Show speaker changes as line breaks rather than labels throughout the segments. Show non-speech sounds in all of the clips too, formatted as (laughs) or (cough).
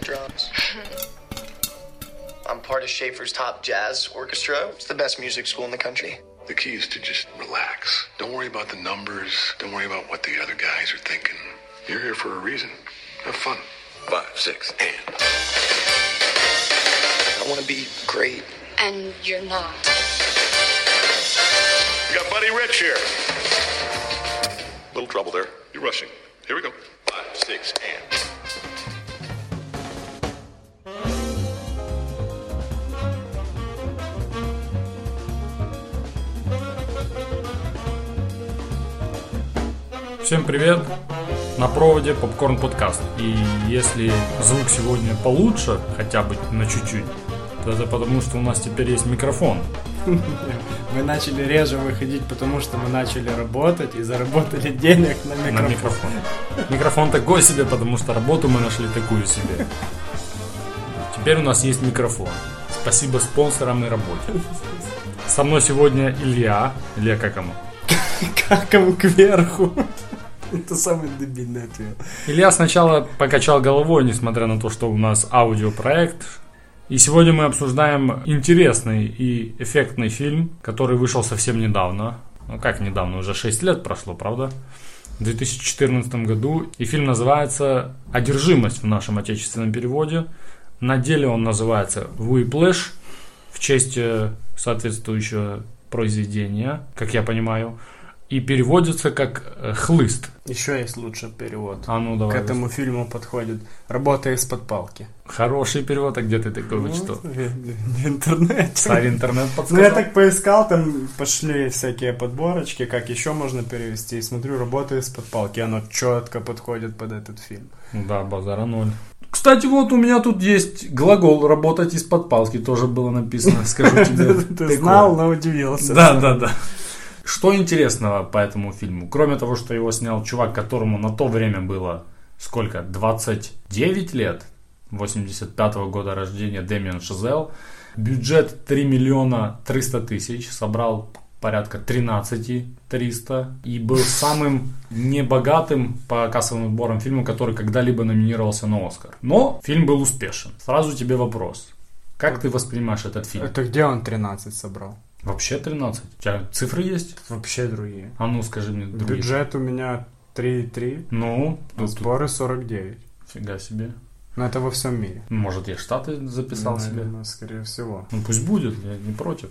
drums. I'm part of Schaefer's top jazz orchestra. It's the best music school in the country.
The key is to just relax. Don't worry about the numbers. Don't worry about what the other guys are thinking. You're here for a reason. Have fun. Five, six, and.
I want to be great.
And you're not.
We got Buddy Rich here. Little trouble there. You're rushing. Here we go. Five, six, and.
Всем привет! На проводе Попкорн Подкаст. И если звук сегодня получше, хотя бы на чуть-чуть, то это потому, что у нас теперь есть микрофон.
Мы начали реже выходить, потому что мы начали работать и заработали денег на
На
микрофон.
микрофон. Микрофон такой себе, потому что работу мы нашли такую себе. Теперь у нас есть микрофон. Спасибо спонсорам и работе. Со мной сегодня Илья. Илья как ему?
(laughs) Как ему кверху. Это самый дебильный ответ.
Илья сначала покачал головой, несмотря на то, что у нас аудиопроект. И сегодня мы обсуждаем интересный и эффектный фильм, который вышел совсем недавно. Ну как недавно, уже 6 лет прошло, правда? В 2014 году. И фильм называется «Одержимость» в нашем отечественном переводе. На деле он называется «Whiplash» в честь э, соответствующего произведения, как я понимаю. И переводится как э, «Хлыст».
Еще есть лучший перевод.
А ну
К
давай.
этому фильму подходит работа из-под палки.
Хороший перевод, а где ты такой вычитал?
В в интернете.
Старый интернет
Ну, я
подсказал.
так поискал, там пошли всякие подборочки, как еще можно перевести. И смотрю, работа из-под палки, оно четко подходит под этот фильм.
Да, базара ноль. Кстати, вот у меня тут есть глагол «работать из-под палки» тоже было написано, (laughs) скажу тебе.
(laughs) Ты знал, но удивился.
Да, да, да. Что интересного по этому фильму? Кроме того, что его снял чувак, которому на то время было сколько? 29 лет? 85 года рождения Дэмиан Шизел. Бюджет 3 миллиона 300 тысяч. Собрал порядка 13 300 и был самым небогатым по кассовым сборам фильма, который когда-либо номинировался на Оскар. Но фильм был успешен. Сразу тебе вопрос. Как ты воспринимаешь этот фильм?
Это где он 13 собрал?
Вообще 13? У тебя цифры есть?
Вообще другие.
А ну скажи мне другие.
Бюджет у меня 3,3,
Ну,
а
тут,
сборы 49.
фига себе.
Но это во всем мире.
Может, я штаты записал себе?
Наверное, Скорее всего.
Ну пусть будет, я не против.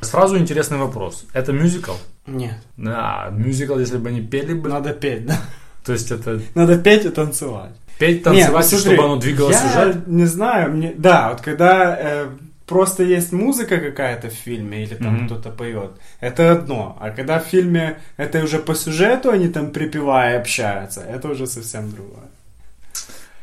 Сразу интересный вопрос. Это мюзикл?
Нет.
Да, мюзикл, если бы они пели бы.
Надо петь, да? (laughs)
То есть это
Надо петь и танцевать.
петь,
Не, ну,
танцевать, и
смотри,
чтобы оно двигало
я
сюжет?
не знаю, мне... Да, вот когда э, просто есть музыка какая-то в фильме, или там
Мгм.
кто-то поет, это одно. А когда в фильме это уже по сюжету они там припевая общаются, это уже совсем другое.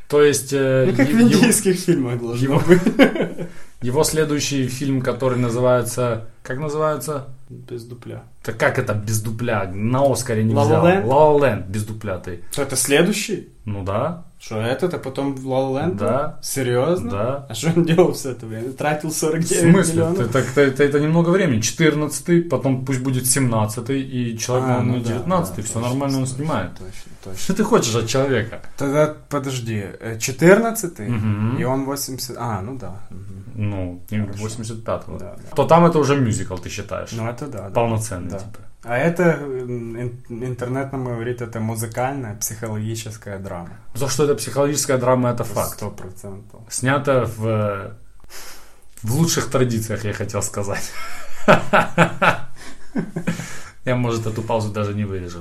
То есть э,
Ну, как
е-
в
его,
индийских фильмах должно
его-
быть.
(laughs) его следующий фильм, который называется... Как называется?
Без дупля.
Так как это без дупля? На Оскаре не
La La
взял.
Land?
La La Land без дупля ты.
Что, это следующий?
Ну да,
Что, этот, а потом в Ла Ленд?
да,
Серьезно?
да.
А что он делал все это время? Тратил 49
В смысле?
миллионов?
Это, это- это- это немного времени. 14 потом пусть будет 17 и человек,
А,
наверное,
ну да,
19
да,
все
точно,
нормально он
точно,
снимает.
Точно, точно.
Что ты хочешь от человека?
Тогда, подожди, 14
Мгм.
и он 80... А, ну да. мгм.
Ну, им 85-го.
Да, да.
То там это уже мюзикл, ты считаешь?
Ну это да. да.
Полноценный,
Да.
типа.
А это, м, ин- интернет нам говорит, это музыкальная психологическая драма.
То, что это психологическая драма, это факт.
Сто процентов.
Снято в, э, в лучших традициях, я хотел сказать. (laughs) Я, может, эту паузу даже не вырежу.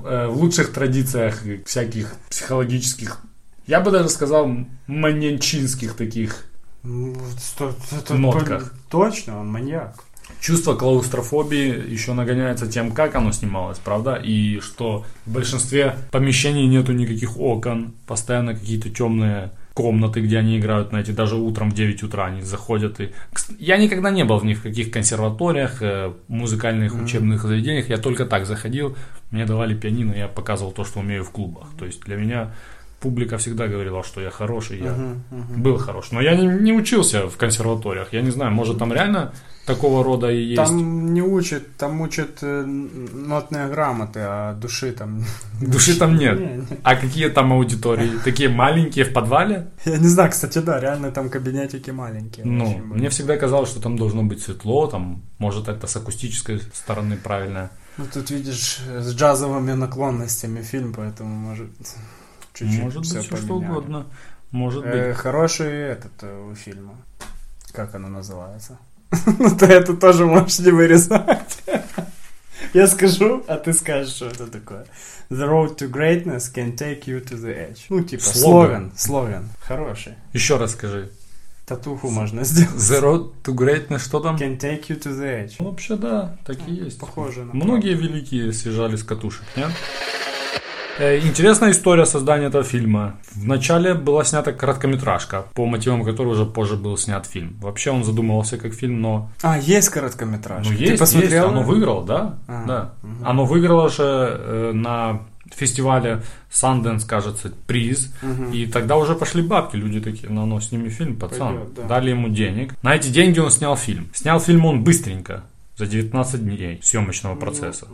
Э, В лучших традициях всяких психологических, я бы даже сказал, маньянчинских таких
Ну, вот сто- это
Нотках.
по- Точно, он маньяк.
Чувство клаустрофобии еще нагоняется тем, как оно снималось, правда? И что в большинстве помещений нету никаких окон, постоянно какие-то темные комнаты, где они играют, знаете, даже утром в 9 утра они заходят. И... Кс- Я никогда не был в них в каких консерваториях, э, музыкальных учебных заведениях, я только так заходил, мне давали пианино, я показывал то, что умею в клубах. То есть для меня публика всегда говорила, что я хороший, я
Мгм, мгм.
был хорош. Но я не, не учился в консерваториях. Я не знаю, может там реально такого рода и есть.
Там не учат, там учат э, н- нотные грамоты, а души там...
(laughs) Души там нет.
Не, не.
А какие там
(laughs)
аудитории? Такие маленькие в подвале?
Я не знаю, кстати, да, реально там кабинетики маленькие.
Ну,
очень были.
мне всегда казалось, что там должно быть светло, там, может, это с акустической стороны правильно.
Ну, тут видишь, э, с джазовыми наклонностями фильм, поэтому, может, чуть-чуть
Может быть,
всё
все что
поменяли.
угодно. Может быть.
Э, хороший этот э, у фильма. Как оно называется? (laughs) Ну, ты это тоже можешь не вырезать. (laughs) Я скажу, а ты скажешь, что это такое. The road to greatness can take you to the edge. Ну, типа,
Слоган.
слоган. Слоган. Хороший.
Еще раз скажи.
Татуху можно сделать.
The road to greatness, что там?
(laughs) Can take you to the edge.
Ну, Вообще, да, такие есть.
Похоже на
Многие великие съезжали с катушек, нет? Э, Интересная история создания этого фильма. Вначале была снята короткометражка, по мотивам которой уже позже был снят фильм. Вообще он задумывался как фильм, но
А, есть короткометражка.
ну,
Ты
есть, есть,
посмотрела?
оно выиграло, да?
А,
да. Оно выиграло же э, на фестивале Sundance, кажется, приз. И тогда уже пошли бабки. Люди такие, ну, ну, сними фильм, пацан.
Пойдет, да.
Дали ему денег. На эти деньги он снял фильм. Снял фильм он быстренько. За 19 дней съемочного процесса.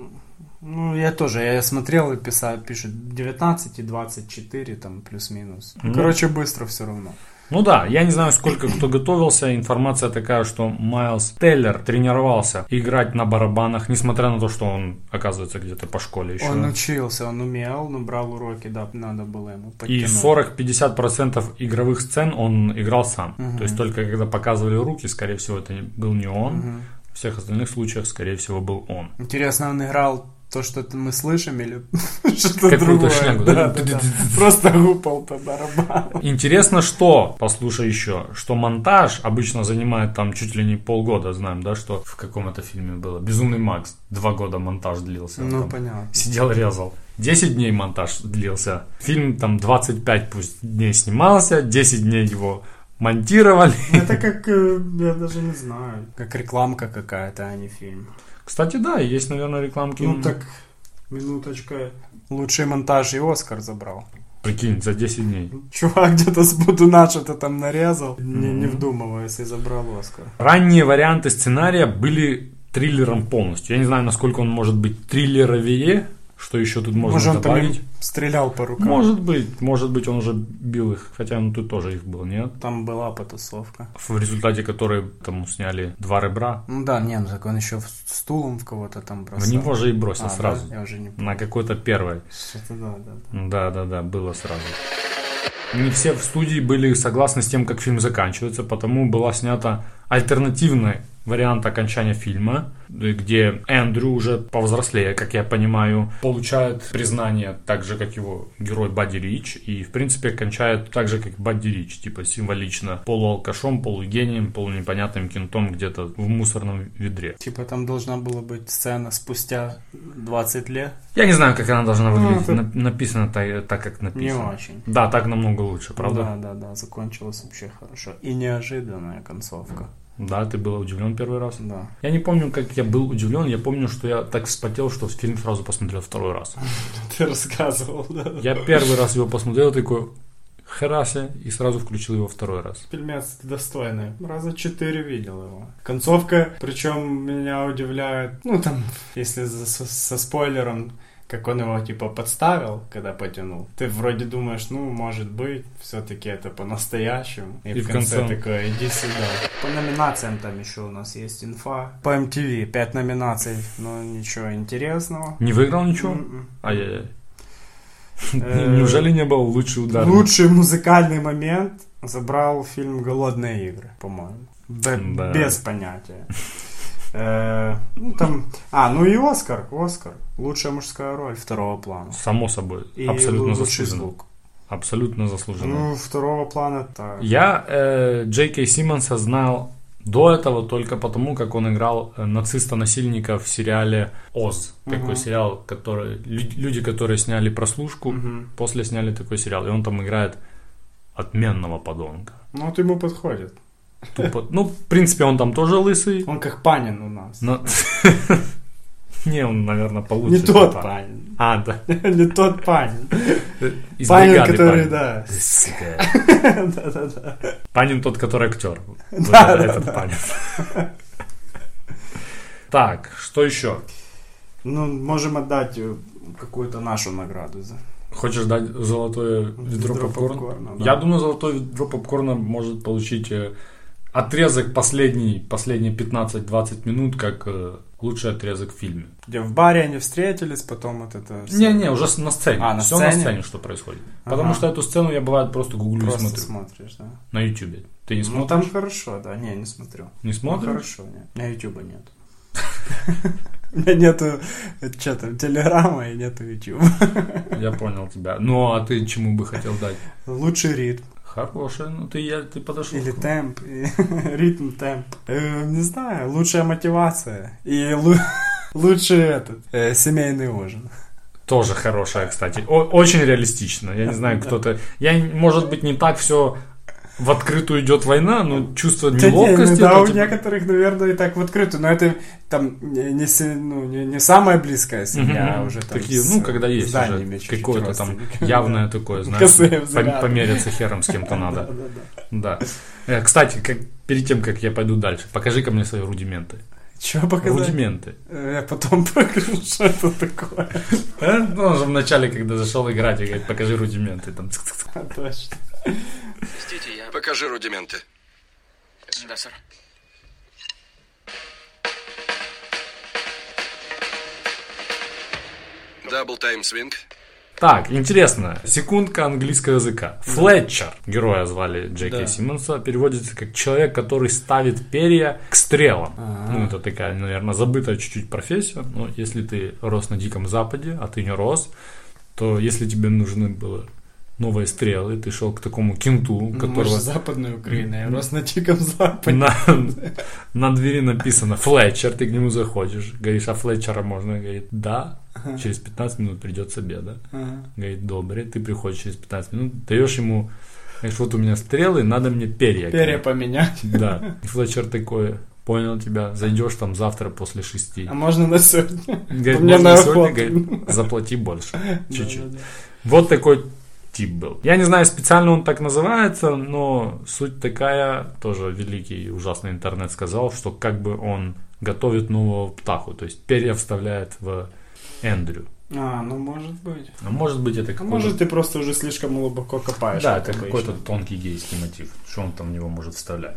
Ну, я тоже, я смотрел и писал, пишет 19 и 24, там, плюс-минус. Короче, быстро все равно.
Ну да, я не знаю, сколько кто готовился. Информация такая, что Майлз Теллер тренировался играть на барабанах, несмотря на то, что он оказывается где-то по школе еще.
Он учился, он умел, но брал уроки, да, надо было ему
И
подтянуть.
40-50% игровых сцен он играл сам. То есть только когда показывали руки, скорее всего, это не- был не он. В всех остальных случаях, скорее всего, был он.
Интересно, он играл то, что это мы слышим, или (laughs) что-то
Какую-то
другое?
шнягу, да?
да, да, да. Просто гупал по барабану.
Интересно, что, послушай еще, что монтаж обычно занимает там чуть ли не полгода, знаем, да, что в каком это фильме было. Безумный Макс, два года монтаж длился.
Ну,
Там (laughs)
понятно.
Сидел, резал. 10 дней монтаж длился. Фильм там 25 пусть дней снимался, 10 дней его монтировали. (laughs)
Это как, э, я даже не знаю, как рекламка какая-то, а не фильм.
Кстати, да, есть, наверное, рекламки.
Ну, так, минуточка. Лучший монтаж и Оскар забрал.
Прикинь, за 10 дней.
Чувак где-то с Будуна что-то там нарезал, не, не вдумываясь, и забрал Оскар.
Ранние варианты сценария были триллером полностью. Я не знаю, насколько он может быть триллеровее, что еще тут можно
Может, он там
добавить.
им стрелял по рукам.
Может быть, может быть, он уже бил их, хотя ну тут тоже их был, нет?
Там была потусовка.
В результате которой тому сняли два ребра.
Ну да, не, ну так он еще в- стулом в кого-то там бросал.
В него же и бросил
А,
сразу.
да? Я уже не помню.
На какой-то первой.
Что-то да, да, да.
Да, да, да, было сразу. Не все в студии были согласны с тем, как фильм заканчивается, потому была снята альтернативный вариант окончания фильма, где Эндрю уже повзрослее, как я понимаю, получает признание так же, как его герой Бадди Рич, и, в принципе, кончает так же, как Бадди Рич, типа символично полуалкашом, полугением, полунепонятным кентом где-то в мусорном ведре.
Типа там должна была быть сцена спустя 20 лет.
Я не знаю, как она должна выглядеть,
Ну, это-
На- написано так, так, как написано.
очень.
Да, так намного лучше, правда?
Да, да, да, закончилось вообще хорошо. И неожиданная концовка.
Да, ты был удивлен первый раз.
Да.
Я не помню, как я был удивлен, я помню, что я так вспотел, что фильм сразу посмотрел второй раз.
(laughs) Ты рассказывал, да.
Я первый раз его посмотрел, такой херасе, и сразу включил его второй раз.
Фильмец достойный. Раза четыре видел его. Концовка, причем меня удивляет, ну там, если за- со, со спойлером, как он его типа подставил, когда потянул. Ты вроде думаешь, ну, может быть, все-таки это по-настоящему. И, в конце,
он-
такое, иди сюда. По номинациям там еще у нас есть инфа. По MTV пять номинаций, но ничего интересного.
Не выиграл ничего?
М-м.
Ай-яй-яй.
Э, (laughs)
Неужели не был лучший удар?
Лучший музыкальный момент забрал фильм «Голодные игры», по-моему. Б-
Да.
Без понятия. Э, Ну, там... А, ну и Оскар, Оскар. Лучшая мужская роль второго плана.
Само собой,
И
абсолютно
лучший
заслуженно.
звук.
Абсолютно заслуженно.
Ну, второго плана так.
Я э, Джей Кей Симмонса знал до этого только потому, как он играл э, нациста-насильника в сериале «Оз». Такой сериал, который... лю- Люди, которые сняли прослушку, после сняли такой сериал. И он там играет отменного подонка.
Ну, вот ему подходит.
Тупо- Ну, в принципе, он там тоже лысый.
Он как Панин у нас.
но- (laughs) Не, он, наверное, получше.
Не тот
типа.
Панин.
А, да.
(laughs) Не тот Панин.
Из
Панин,
бригады
который,
Панин.
да.
Сука.
Да-да-да.
Панин тот, который
(laughs)
актер. Вот
Да,
это
да,
этот
да.
Панин. Так, что еще?
Ну, можем отдать э, какую-то нашу награду за...
Хочешь дать золотое ведро,
Ведро
попкорна?
попкорна, да.
Я думаю, золотое ведро попкорна может получить э, отрезок последний, последние 15-20 минут, как э, лучший отрезок в фильме.
Где в баре они встретились, потом вот это... всё.
Не-не, уже с- на сцене.
А, на
Все на
сцене?
сцене, что происходит.
Ага.
Потому что эту сцену я бывает просто гуглю и
Просто
смотрю.
смотришь, да.
На ютубе. Ты не
Ну,
смотришь?
там хорошо, да. Не, не смотрю.
Не
Ну,
смотришь?
хорошо, нет. У меня Ютуба нет. (laughs) У меня нету, что там, Телеграма и нету Ютуба.
Я понял тебя. Ну, а ты чему бы хотел дать?
Лучший ритм.
Хорошая, ну ты, я, ты подошел.
Или
к-
темп. и- (laughs) Ритм, темп. Э, Не знаю, лучшая мотивация. И лу- (laughs) лучший этот, э, семейный ужин.
Тоже хорошая, кстати. О- очень реалистично. Я не знаю, кто-то... Я, может быть, не так все в открытую идет война, но чувство
Да не,
неловкости...
ну да,
это
у
типа-
некоторых, наверное, и так в открытую, но это там не, не се- ну, не- не самая близкая семья, а
Мгм.
уже там
Такие,
с,
ну, когда
э,
есть
с
уже
данями чуть-чуть
какое-то там
(laughs) родственниками,
явное
да.
такое,
Косые
знаешь, пом-
взгляды.
помериться хером с
(laughs)
кем-то надо.
Да-да-да.
Да. Э, Кстати, как, перед тем, как я пойду дальше, покажи ко мне свои рудименты.
Чё показать?
Рудименты.
Э, Я потом (laughs) покажу, что это такое.
Э, Ну, он же вначале, когда зашел играть, я говорит, покажи рудименты. Там. цк-цк-цк.
Точно.
Простите, я...
Покажи рудименты.
Да, сэр.
Дабл тайм свинг.
Так, интересно. Секундка английского языка. Флетчер. Героя звали Джеки
Да.
Симмонса. Переводится как человек, который ставит перья к стрелам.
Ага.
Ну, это такая, наверное, забытая чуть-чуть профессия. Но если ты рос на Диком Западе, а ты не рос, то если тебе нужны были новые стрелы, ты шел к такому кенту, которого...
Ну, Может, Западная Украина, я рос на Диком Западе.
На, на двери написано Флетчер, ты к нему заходишь. Говоришь, а Флетчера можно? Говорит, да, через 15 минут придет с обеда.
Ага.
Говорит, добре, ты приходишь через 15 минут, даешь ему, говоришь, вот у меня стрелы, надо мне перья.
Перья поменять.
Да. И Флетчер такой, понял тебя, зайдешь там завтра после шести.
А можно на сегодня?
Говорит,
мне
можно
на
сегодня,
охоту.
говорит, заплати
(laughs)
больше. Чуть-чуть.
Да-да-да.
Вот такой тип был. Я не знаю, специально он так называется, но суть такая, тоже великий и ужасный интернет сказал, что как бы он готовит нового птаху, то есть перья вставляет в Эндрю.
А, ну может быть.
А может быть это
А
какой-то...
может ты просто уже слишком глубоко копаешь.
Да,
как
это
обычно.
какой-то тонкий гейский мотив. Что он там в него может вставлять?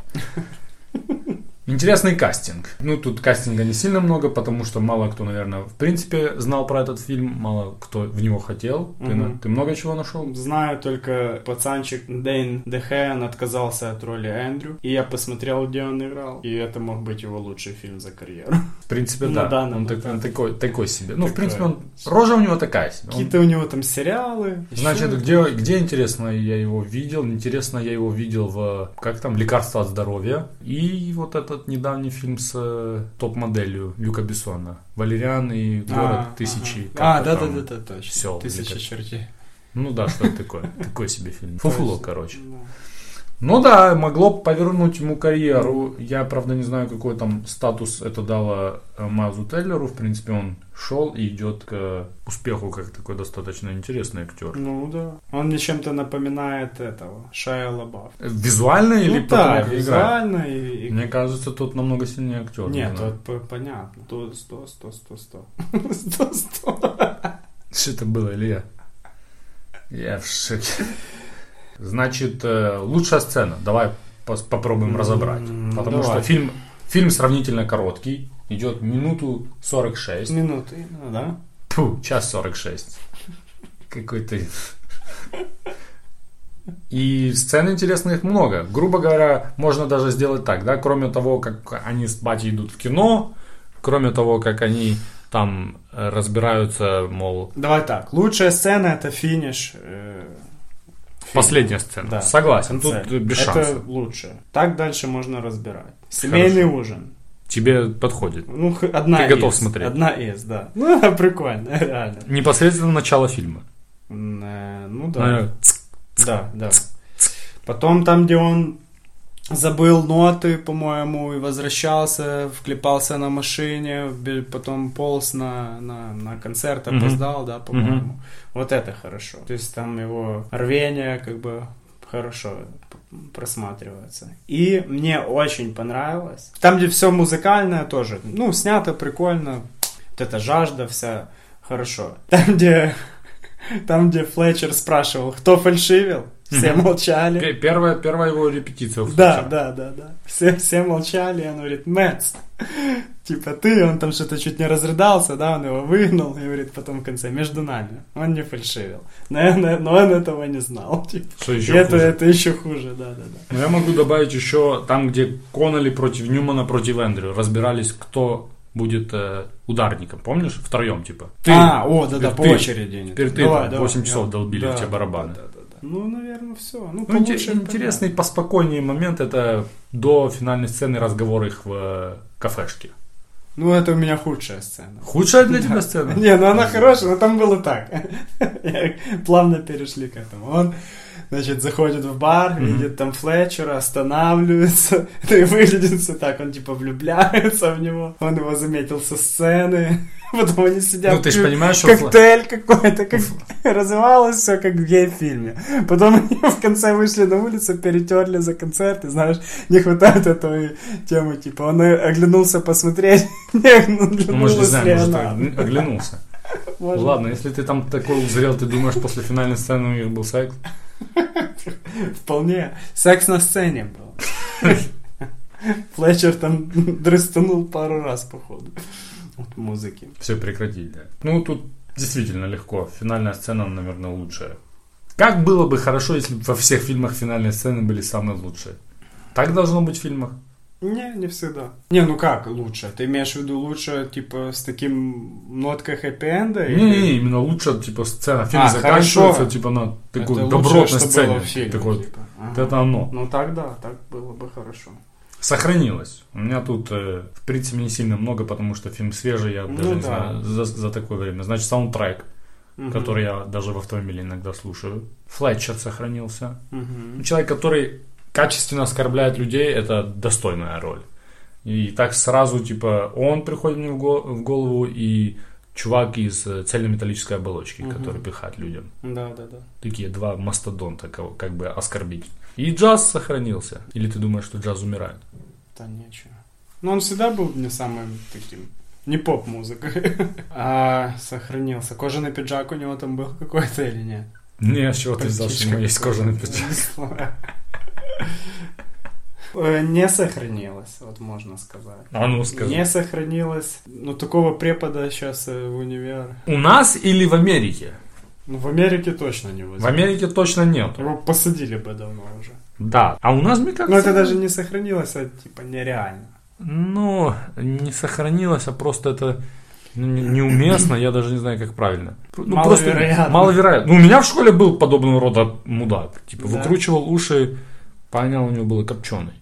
Интересный кастинг. Ну, тут кастинга не сильно много, потому что мало кто, наверное, в принципе знал про этот фильм, мало кто в него хотел. Ты, на-
Мгм.
ты много чего нашел?
Знаю только пацанчик Дэйн Дехен отказался от роли Эндрю, и я посмотрел, где он играл, и это мог быть его лучший фильм за карьеру.
В принципе,
Ну
да.
да,
он
ну
так-
да.
он такой, такой себе. Ну, в
Такой.
принципе, он рожа у него такая себе. Он-
Какие-то у него там сериалы. ещё
Значит, где, где интересно я его видел? Интересно я его видел в как там лекарство от здоровья и вот этот недавний фильм с э, топ-моделью Люка Бессона «Валериан и город
А,
тысячи».
ага. А,
как-то
да, да,
там.
да, да, точно.
сел или
Тысяча
как.
чертей.
Ну да, что это такое? Такой себе фильм. Фуфло, короче.
Да.
Ну да, могло бы повернуть ему карьеру. Я, правда, не знаю, какой там статус это дало э, Майлзу Теллеру. В принципе, он шел и идет к э, успеху как такой достаточно интересный актер.
Ну да. Он мне чем-то напоминает этого, Шая Лабаф.
Э, Визуально или
ну
потому,
да,
как играет?
визуально и... и-
Мне кажется, тот намного сильнее актер.
Нет,
Не знаю.
вот по- понятно. То 100, 100, 100, (laughs) 100. 100, 100.
Что это было, Илья? Я в шоке. Значит, э, лучшая сцена. Давай пос- попробуем
М,
разобрать.
ну
Потому что
давай.
фильм, фильм сравнительно короткий. Идет минуту 46.
Минуты, ну да.
Фу, час 46. Какой-то... И сцен интересных много. Грубо говоря, можно даже сделать так, да, кроме того, как они с батей идут в кино, кроме того, как они там э, разбираются, мол,
Давай так. Лучшая сцена это финиш. э,
последняя сцена.
да.
Согласен, тут
конце.
э, без
это
шансов.
лучше. Так дальше можно разбирать. Семейный ужин.
Тебе подходит.
Ну, х- одна
Ты
из.
готов смотреть?
Одна из, да. (laughs) Ну, прикольно, реально.
Непосредственно начало фильма.
М, э, Ну да.
Наверное, цк.
Да, да. Потом там, где он забыл ноты, по-моему, и возвращался, вклепался на машине, бе- потом полз на, на, на концерт,
Мгм.
опоздал, да, по-моему. Вот это хорошо. То есть там его рвение как бы хорошо просматривается. И мне очень понравилось. Там, где все музыкальное тоже, ну, снято прикольно, вот эта жажда вся хорошо. Там, где там, где Флетчер спрашивал, кто фальшивил, все
Мгм.
молчали.
Пе- Первая, первая его репетиция. в
Да,
случае.
да, да, да. Все, все молчали, и он говорит, Мэтс, типа ты, он там что-то чуть не разрыдался, да, он его выгнал, и говорит потом в конце, между нами, он не фальшивил. Наверное, но он этого не знал, (laughs) типа.
Что
И
еще
это,
хуже.
это еще хуже, да, да, да.
Ну, Я могу добавить еще там, где Коннелли против Ньюмана против Эндрю разбирались, кто будет э, ударником, помнишь? Втроем, типа. Ты.
а, о, да, да,
Теперь
по
ты.
очереди. они
Теперь
там.
ты
Давай,
там
давай,
8 часов
я-
долбили
да,
в те барабаны.
да, да, да. Ну, наверное, все. Ну,
Ну, инте-
получше,
интересный, поспокойнее момент это до финальной сцены разговор их в э, кафешке.
понятно. Ну, это у меня худшая сцена.
Худшая для тебя сцена?
(laughs) Не, ну она хорошая, но там было так. (laughs) Плавно перешли к этому. Он, значит, заходит в бар, видит там Флетчера, останавливается. (laughs) Ну и выглядит все так. Он типа влюбляется в него. Он его заметил со сцены. (laughs) Потом они сидят.
Ну, ты ж
пьют
понимаешь, что Флэ-
Коктейль какой-то. Как... Развивалось все как в гей-фильме. Потом они в конце вышли на улицу, перетерли за концерт. И знаешь, не хватает этой темы. Типа он оглянулся посмотреть. (laughs) Не оглянулась
Ну, мы же не
ли
знаем, может,
она.
ты оглянулся.
Может
Ладно, если ты там такой узрел, ты думаешь, после финальной сцены у них был секс?
Вполне. Секс на сцене был. (laughs) Флетчер там (laughs) дрыстанул пару раз, походу. От музыки.
Все прекратить, да. Ну, тут действительно легко. Финальная сцена, наверное, лучшая. Как было бы хорошо, если бы во всех фильмах финальные сцены были самые лучшие? Так должно быть в фильмах.
Не, не всегда. Не, ну как лучше? Ты имеешь в виду лучше, типа, с таким ноткой хэппи-энда?
Не, не, не, именно лучше, типа, сцена. Фильм
А,
заканчивается,
хорошо.
типа, на такой
Это лучше,
добротной
что было
сцене.
в фильме,
Такой,
типа.
вот
Ага.
это оно.
Ну так да, так было бы хорошо.
Сохранилось. У меня тут, э, в принципе, не сильно много, потому что фильм свежий, я
Ну
даже не
да.
знаю, за, за такое время. Значит, саундтрек,
Мгм.
который я даже в автомобиле иногда слушаю. Флетчер сохранился. Ну,
Мгм.
Человек, который качественно оскорбляет людей, это достойная роль. И так сразу, типа, он приходит мне в го- в голову, и чувак из э, цельнометаллической оболочки,
Мгм.
который пихает людям.
Да, да, да.
Такие два мастодонта, кого как бы оскорбить. И джаз сохранился. Или ты думаешь, что джаз умирает?
Да нечего. Но он всегда был не самым таким... Не поп-музыкой. (laughs) А, сохранился. Кожаный пиджак у него там был какой-то или нет?
Не, Ну, с чего ты взял, что у него есть
Практически.
кожаный пиджак?
Э, Не сохранилось, вот можно сказать.
А ну скажи.
Не сохранилось. Ну, такого препода сейчас в универ.
У нас или в Америке?
Ну, в Америке точно не
В
возьмут.
Америке точно нет.
Его посадили бы давно уже.
Да. А у нас, мне кажется...
Но Ну, это даже не сохранилось, а типа нереально.
Ну, не сохранилось, а просто это ну, не- неуместно, я даже не знаю, как правильно. Ну,
Маловероятно.
маловероятно. Ну, у меня в школе был подобного рода мудак. Типа,
Да.
выкручивал уши, понял, у него было копченый.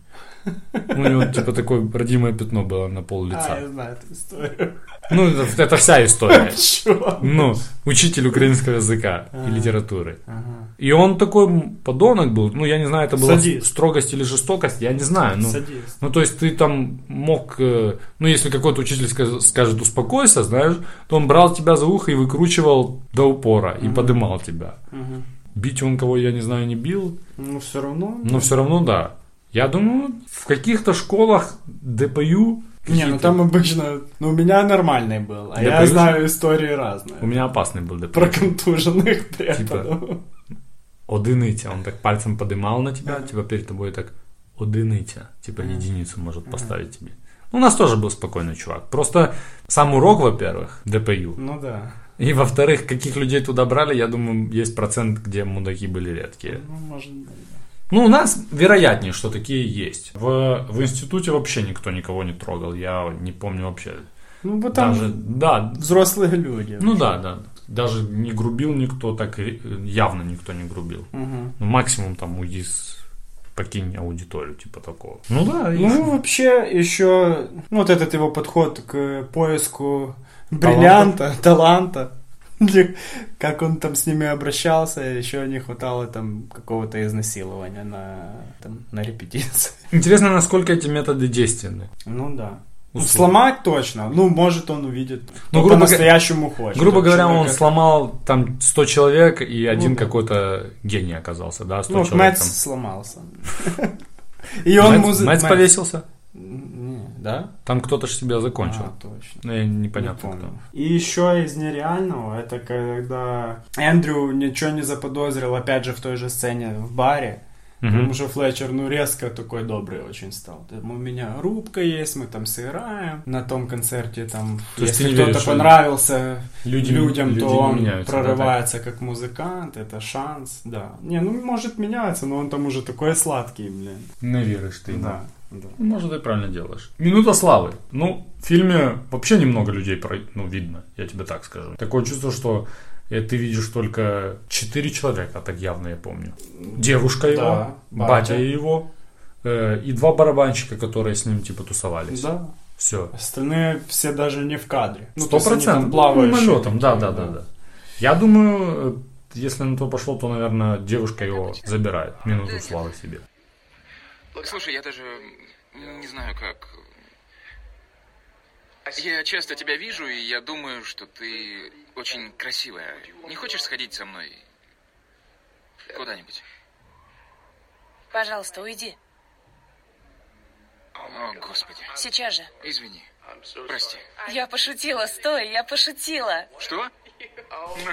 У него, типа, такое родимое пятно было на пол
А, я
лица.
знаю эту историю. (laughs)
Ну, это, это вся история.
Чё?
Ну, учитель украинского языка
А.
и литературы.
Ага.
И он такой м, подонок был. Ну, я не знаю, это была
Садист.
строгость или жестокость, я не знаю. Ну,
Садист.
ну, то есть ты там мог, э, ну, если какой-то учитель сказ- скажет успокойся, знаешь, то он брал тебя за ухо и выкручивал до упора и подымал тебя.
Мгм.
Бить он кого, я не знаю, не бил,
Ну, все равно.
но все равно да. Я думаю, в каких-то школах ДПЮ...
Не, ну
какие-то-
там обычно... Ну, у меня нормальный был, а
Да,
я
конечно.
знаю истории разные.
У меня Типа, опасный был ДПЮ.
Про контуженных преподов.
Одиниця. Он так пальцем подымал на тебя, типа перед тобой так одиниця. Типа единицу может поставить тебе. Ну, У нас тоже был спокойный чувак. Просто сам урок, во-первых, ДПЮ.
Ну да.
И во-вторых, каких людей туда брали, я думаю, есть процент, где мудаки были редкие.
Ну, может быть.
Ну, у нас вероятнее, что такие есть. В, в институте вообще никто никого не трогал, я не помню вообще.
Ну, бы там
Даже, да,
взрослые люди.
ну да, да. Даже не грубил никто, так и- явно никто не грубил.
Мгм.
Ну, максимум там уйди с покинь аудиторию, типа такого. Ну да, и-
Ну, вообще, еще ну, вот этот его подход к поиску бриллианта, таланта, (laughs) них, как он там с ними обращался, еще не хватало там какого-то изнасилования на, там, на репетиции. (laughs)
Интересно, насколько эти методы действенны.
Ну да. Ну,
Условно.
сломать точно. Ну, может, он увидит.
Ну,
Ну,
грубо
по-настоящему хочет.
Грубо
Там
говоря, он
человека- Ну
сломал там 100 человек, и один
да.
какой-то гений оказался, да, 100
Ну, вот
человек.
Мэтс
там.
сломался. (laughs) И он
Мэтс-
музы-
Мэтс
Мэтс.
повесился?
Не, Да?
Там кто-то же себя закончил.
А, точно.
Ну, я непонятно
Не
кто.
помню. И еще из нереального, это когда Эндрю ничего не заподозрил, опять же, в той же сцене в баре.
Мгм.
Потому что Флетчер, ну, резко такой добрый очень стал. Там, у меня рубка есть, мы там сыграем. На том концерте там,
То есть ты
если
не
кто-то
веришь, что
понравился
люди-
людям,
люди не
то он
меняются, да,
прорывается как музыкант, это шанс, да. Не, ну, может меняется, но он там уже такой сладкий, блин.
Не веришь ты. ему.
Да, да.
Ну, Может, ты правильно делаешь. Минута славы. Ну, в фильме вообще немного людей, про- ну, видно, я тебе так скажу. Такое чувство, что э, ты видишь только четыре человека, так явно я помню. Девушка его,
Да,
батя
батя.
его, э, и два барабанщика, которые с ним, типа, тусовались.
Да.
Все.
Остальные все даже не в кадре. Ну, то
Сто
есть они там
процентов.
плавающие
Налетом, да, да,
такие,
да, да. Я думаю, э, если на то пошло, то, наверное, девушка его забирает. Минуту славы себе.
Слушай, я даже м, не знаю как. Я часто тебя вижу, и я думаю, что ты очень красивая. Не хочешь сходить со мной куда-нибудь?
Пожалуйста, уйди.
О, господи.
Сейчас же.
Извини. Прости.
Я пошутила, стой, я пошутила.
Что?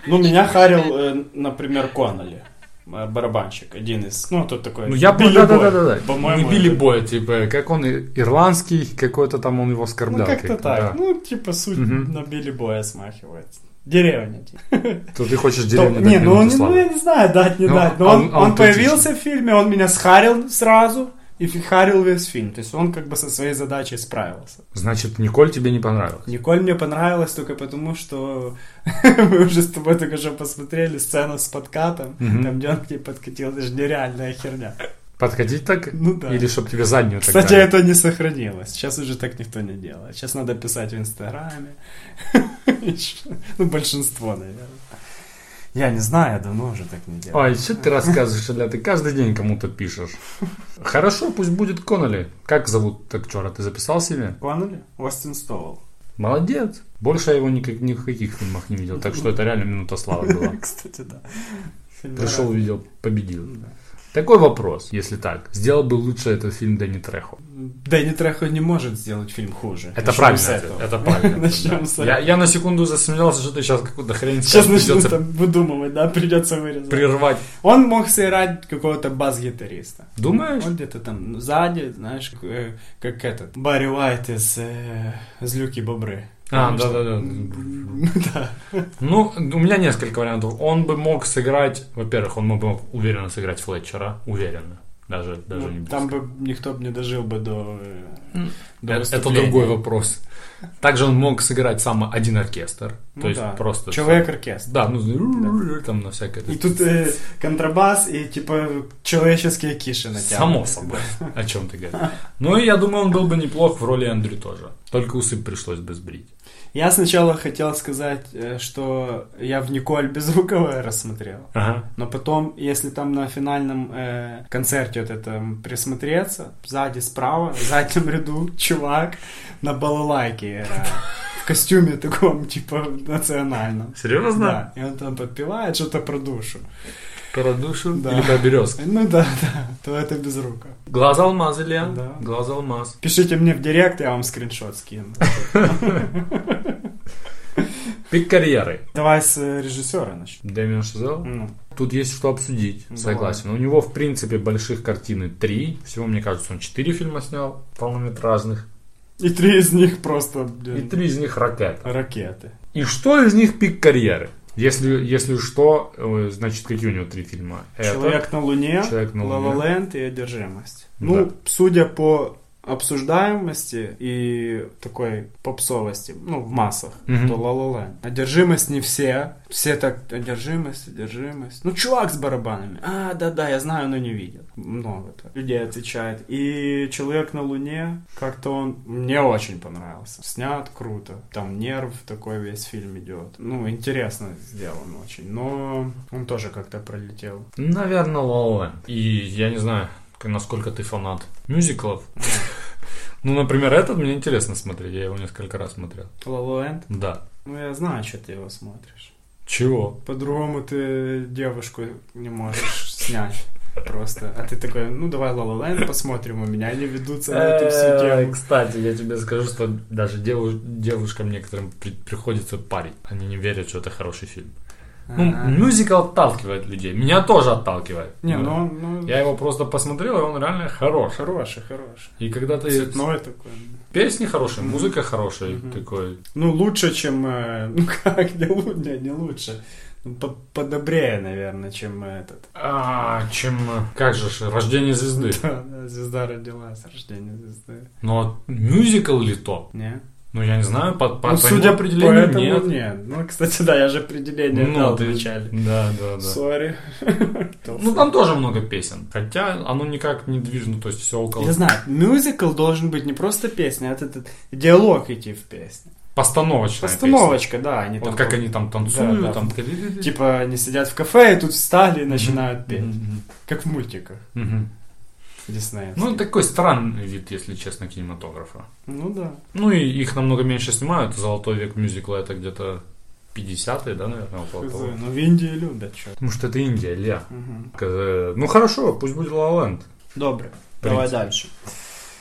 Ну, меня харил, э, например, Конноли. э, Барабанщик, один из... Ну, тот такой...
Ну, я
Билли
помню, да, да, да,
Бой.
да, да.
По-моему,
не Билли
это-
Боя, типа, как он и- ирландский, какой-то там он его
Ну,
оскорблял.
как-то
как-то,
так.
да.
Ну, типа, суть
Мгм.
на Билли Боя смахивает. Деревня. типа.
То ты хочешь
То-
деревню дать
не, ну, он,
минуту
ну, я
славы.
не знаю, дать, не
Ну,
дать. Но
а
он,
он- а он
он появился в фильме, он меня схарил сразу и фи- харил весь фильм. То есть он как бы со своей задачей справился.
Значит, Николь тебе не понравилась.
Николь мне понравилась только потому, что (laughs) мы уже с тобой только что посмотрели сцену с подкатом, там, где он к ней подкатил, это же нереальная херня.
Подкатить так?
Ну да.
Или чтоб тебе заднюю так
Кстати,
дали?
это не сохранилось. Сейчас уже так никто не делает. Сейчас надо писать в Инстаграме. (laughs) Ну, большинство, наверное. Я не знаю, я давно уже так не делал.
Ой, что ты рассказываешь, Ля, ты каждый день кому-то пишешь. Хорошо, пусть будет Конноли. Как зовут актера? Ты записал себе?
Коннелли? Остин Стоул.
Молодец. Больше я его никак, ни в каких фильмах не видел, так что это реально минута славы была.
(laughs) Кстати, да. Фильм
Пришел,
«Рад».
увидел, победил. Такой вопрос, если так. Сделал бы лучше этот фильм Дэнни Трехо.
Дэнни Трехо не может сделать фильм хуже.
Это
Начнем
правильно.
с
ответ,
этого.
Это
(laughs)
правильно.
Начнем
да.
с
я,
этого.
я на секунду засмеялся, что ты сейчас какую-то хрень
Сейчас
скажешь,
начнут
придется
там выдумывать, да, придется вырезать.
прервать.
Он мог сыграть какого-то бас-гитариста.
Думаешь?
Он где-то там сзади, знаешь, как, э, как этот Барри Уайт из, э, из Люки Бобры.
А,
Потому
да,
что-
да, да.
Да.
Ну, у меня несколько вариантов. Он бы мог сыграть, во-первых, он бы мог уверенно сыграть Флетчера, уверенно. Даже, даже не
Ну,
близко.
Там бы никто бы не дожил бы до, э, до
Это- Это
выступления. Ну
другой вопрос. Также он мог сыграть сам один оркестр.
Ну
то есть
да.
просто...
Человек-оркестр.
Да, ну там на всякое.
И тут э, контрабас и типа человеческие киши натянуты.
Само собой. О чем ты говоришь? Ну и я думаю, он был бы неплох в роли Эндрю тоже. Только усы пришлось бы сбрить.
Я сначала хотел сказать, э, что я в Николь Безрукова рассмотрел.
Ага.
Но потом, если там на финальном э, концерте вот этом присмотреться, сзади справа, в заднем ряду чувак на балалайке играет. В костюме таком, типа, национальном.
Серьезно?
Да, и он там подпевает что-то про душу.
Про душу
Да.
или про березки?
Ну да, (laughs) да, то это без рука.
Глаз алмаз, Илья.
Да.
Глаз алмаз.
Пишите мне в директ, я вам скриншот скину.
Пик карьеры.
Давай с э, режиссера начнем.
Дэмиан Шизел.
Ну,
Тут есть что обсудить,
Давай.
согласен. У него, в принципе, больших картины три. Всего, мне кажется, он четыре фильма снял полнометражных.
И три из них просто,
И
блин,
три из них ракета.
ракеты.
И что из них пик карьеры? Если, если что, э, значит, какие у него три фильма? Это-
Человек на Луне,
Человек на Луне.
Лава Ленд и Одержимость.
Да.
Ну, судя по э, обсуждаемости и такой попсовости, ну, в массах,
Мгм.
то ла ла Одержимость не все. Все так, одержимость, одержимость. Ну, чувак с барабанами. А, да-да, я знаю, но не видел. Много так людей отвечает. И «Человек на Луне», как-то он мне очень понравился. Снят круто. Там нерв такой весь фильм идет. Ну, интересно сделан очень. Но он тоже как-то пролетел.
Наверное, Лола. И я не знаю, к- насколько ты фанат
(laughs)
мюзиклов. Ну, например, этот мне интересно смотреть, я его несколько раз смотрел.
«Ла-Ла Ленд».
Да.
Ну, я знаю, что ты его смотришь.
Чего?
По-другому ты девушку не (laughs) можешь снять. Просто. А ты такой, ну давай Лала Ленд посмотрим, у меня не ведутся на эту всю тему.
Кстати, я тебе скажу, что даже деву- девушкам некоторым при- приходится парить. Они не верят, что это хороший фильм. Ну,
Ага.
мюзикл отталкивает людей. Меня тоже отталкивает.
А. Не,
Ну,
ну, он, ну
Я его просто посмотрел, и он реально хорош.
хороший, хороший.
И когда ты...
Цветной такой.
Песни хорошие, музыка хорошая,
ну. Мгм.
такой...
Ну, лучше, чем... э, (laughs) Ну, как, не, лу- не, не лучше. Ну, по- Подобрее, наверное, чем этот. (laughs)
А, чем... э, Как же ж, «Рождение звезды».
Да, да, Звезда родилась, рождение звезды.
Но а мюзикл ли то?
Не?
Ну, я не знаю, по, по,
ну,
по
судя
его
по
определению
этому,
нет.
нет. Ну, кстати, да, я же определение дал
ты-
вначале.
Да, да, да.
Сори.
Ну, там тоже много песен. Хотя оно никак не движно, то есть все около...
Я знаю, мюзикл должен быть не просто песня, а этот, этот диалог идти в песне.
Постановочная песня.
Постановочка, да, они
А, Вот
там
как
по-
они там танцуют,
Да, да.
там...
Типа они сидят в кафе и тут встали и начинают петь.
Мгм.
Как в мультиках
Мгм.
Диснея.
Ну, такой странный вид, если честно, кинематографа.
Ну да.
Ну, и их намного меньше снимают. «Золотой век» мюзикла это где то 50-е, да, наверное, около
Хз,
того.
Ну в Индии любят что.
Потому что это Индия, Илья. Э, Ну хорошо, пусть будет Лаланд.
Добре.
Давай
Давай дальше.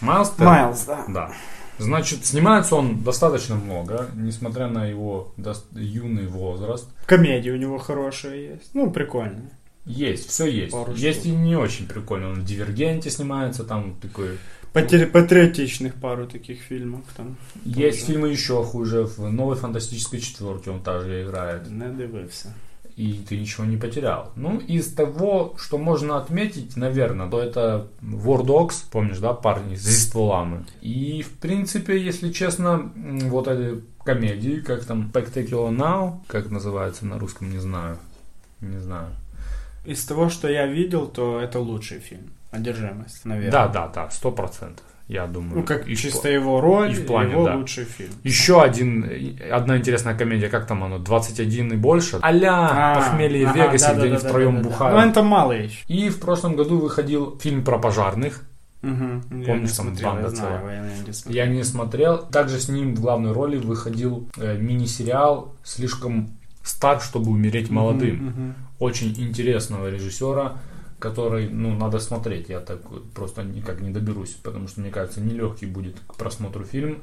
Майлз Теллер?
Майлз, да.
Да. Значит, снимается он достаточно много, несмотря на его дос- юный возраст.
Комедия у него хорошая есть. Ну, прикольная.
Есть, все есть.
Пару
есть
штук.
и не очень прикольно. Он в Дивергенте снимается, там такой.
Потер- Патриотичных пару таких фильмов там.
Есть фильмы еще хуже. В новой фантастической четверке он также играет.
Не дивився.
И ты ничего не потерял. Ну, из того, что можно отметить, наверное, то это War Dogs, помнишь, да, парни с стволами. И, в принципе, если честно, м, вот эти комедии, как там Spectacular Now, как называется на русском, не знаю. Не знаю.
Из того, что я видел, то это лучший фильм. Одержимость, наверное.
Да, да, да, сто процентов. Я думаю.
Ну, как
И в
чисто
пла-
его роль,
и
и
в плане,
его
да.
лучший фильм.
Еще один, э, одна интересная комедия, как там оно, 21 и больше. А-ля
А,
похмелье в
ага,
Вегасе,
да-да-да-да-да-да.
где они втроем бухают.
Ну, это мало еще.
И в прошлом году выходил фильм про пожарных.
Угу.
Помнишь, там банда целая? Я не смотрел. Также с ним в главной роли выходил э, мини-сериал «Слишком стар, чтобы умереть молодым». Очень интересного режиссера, который, ну, надо смотреть. Я так вот просто никак не доберусь, потому что, мне кажется, нелегкий будет к просмотру фильм.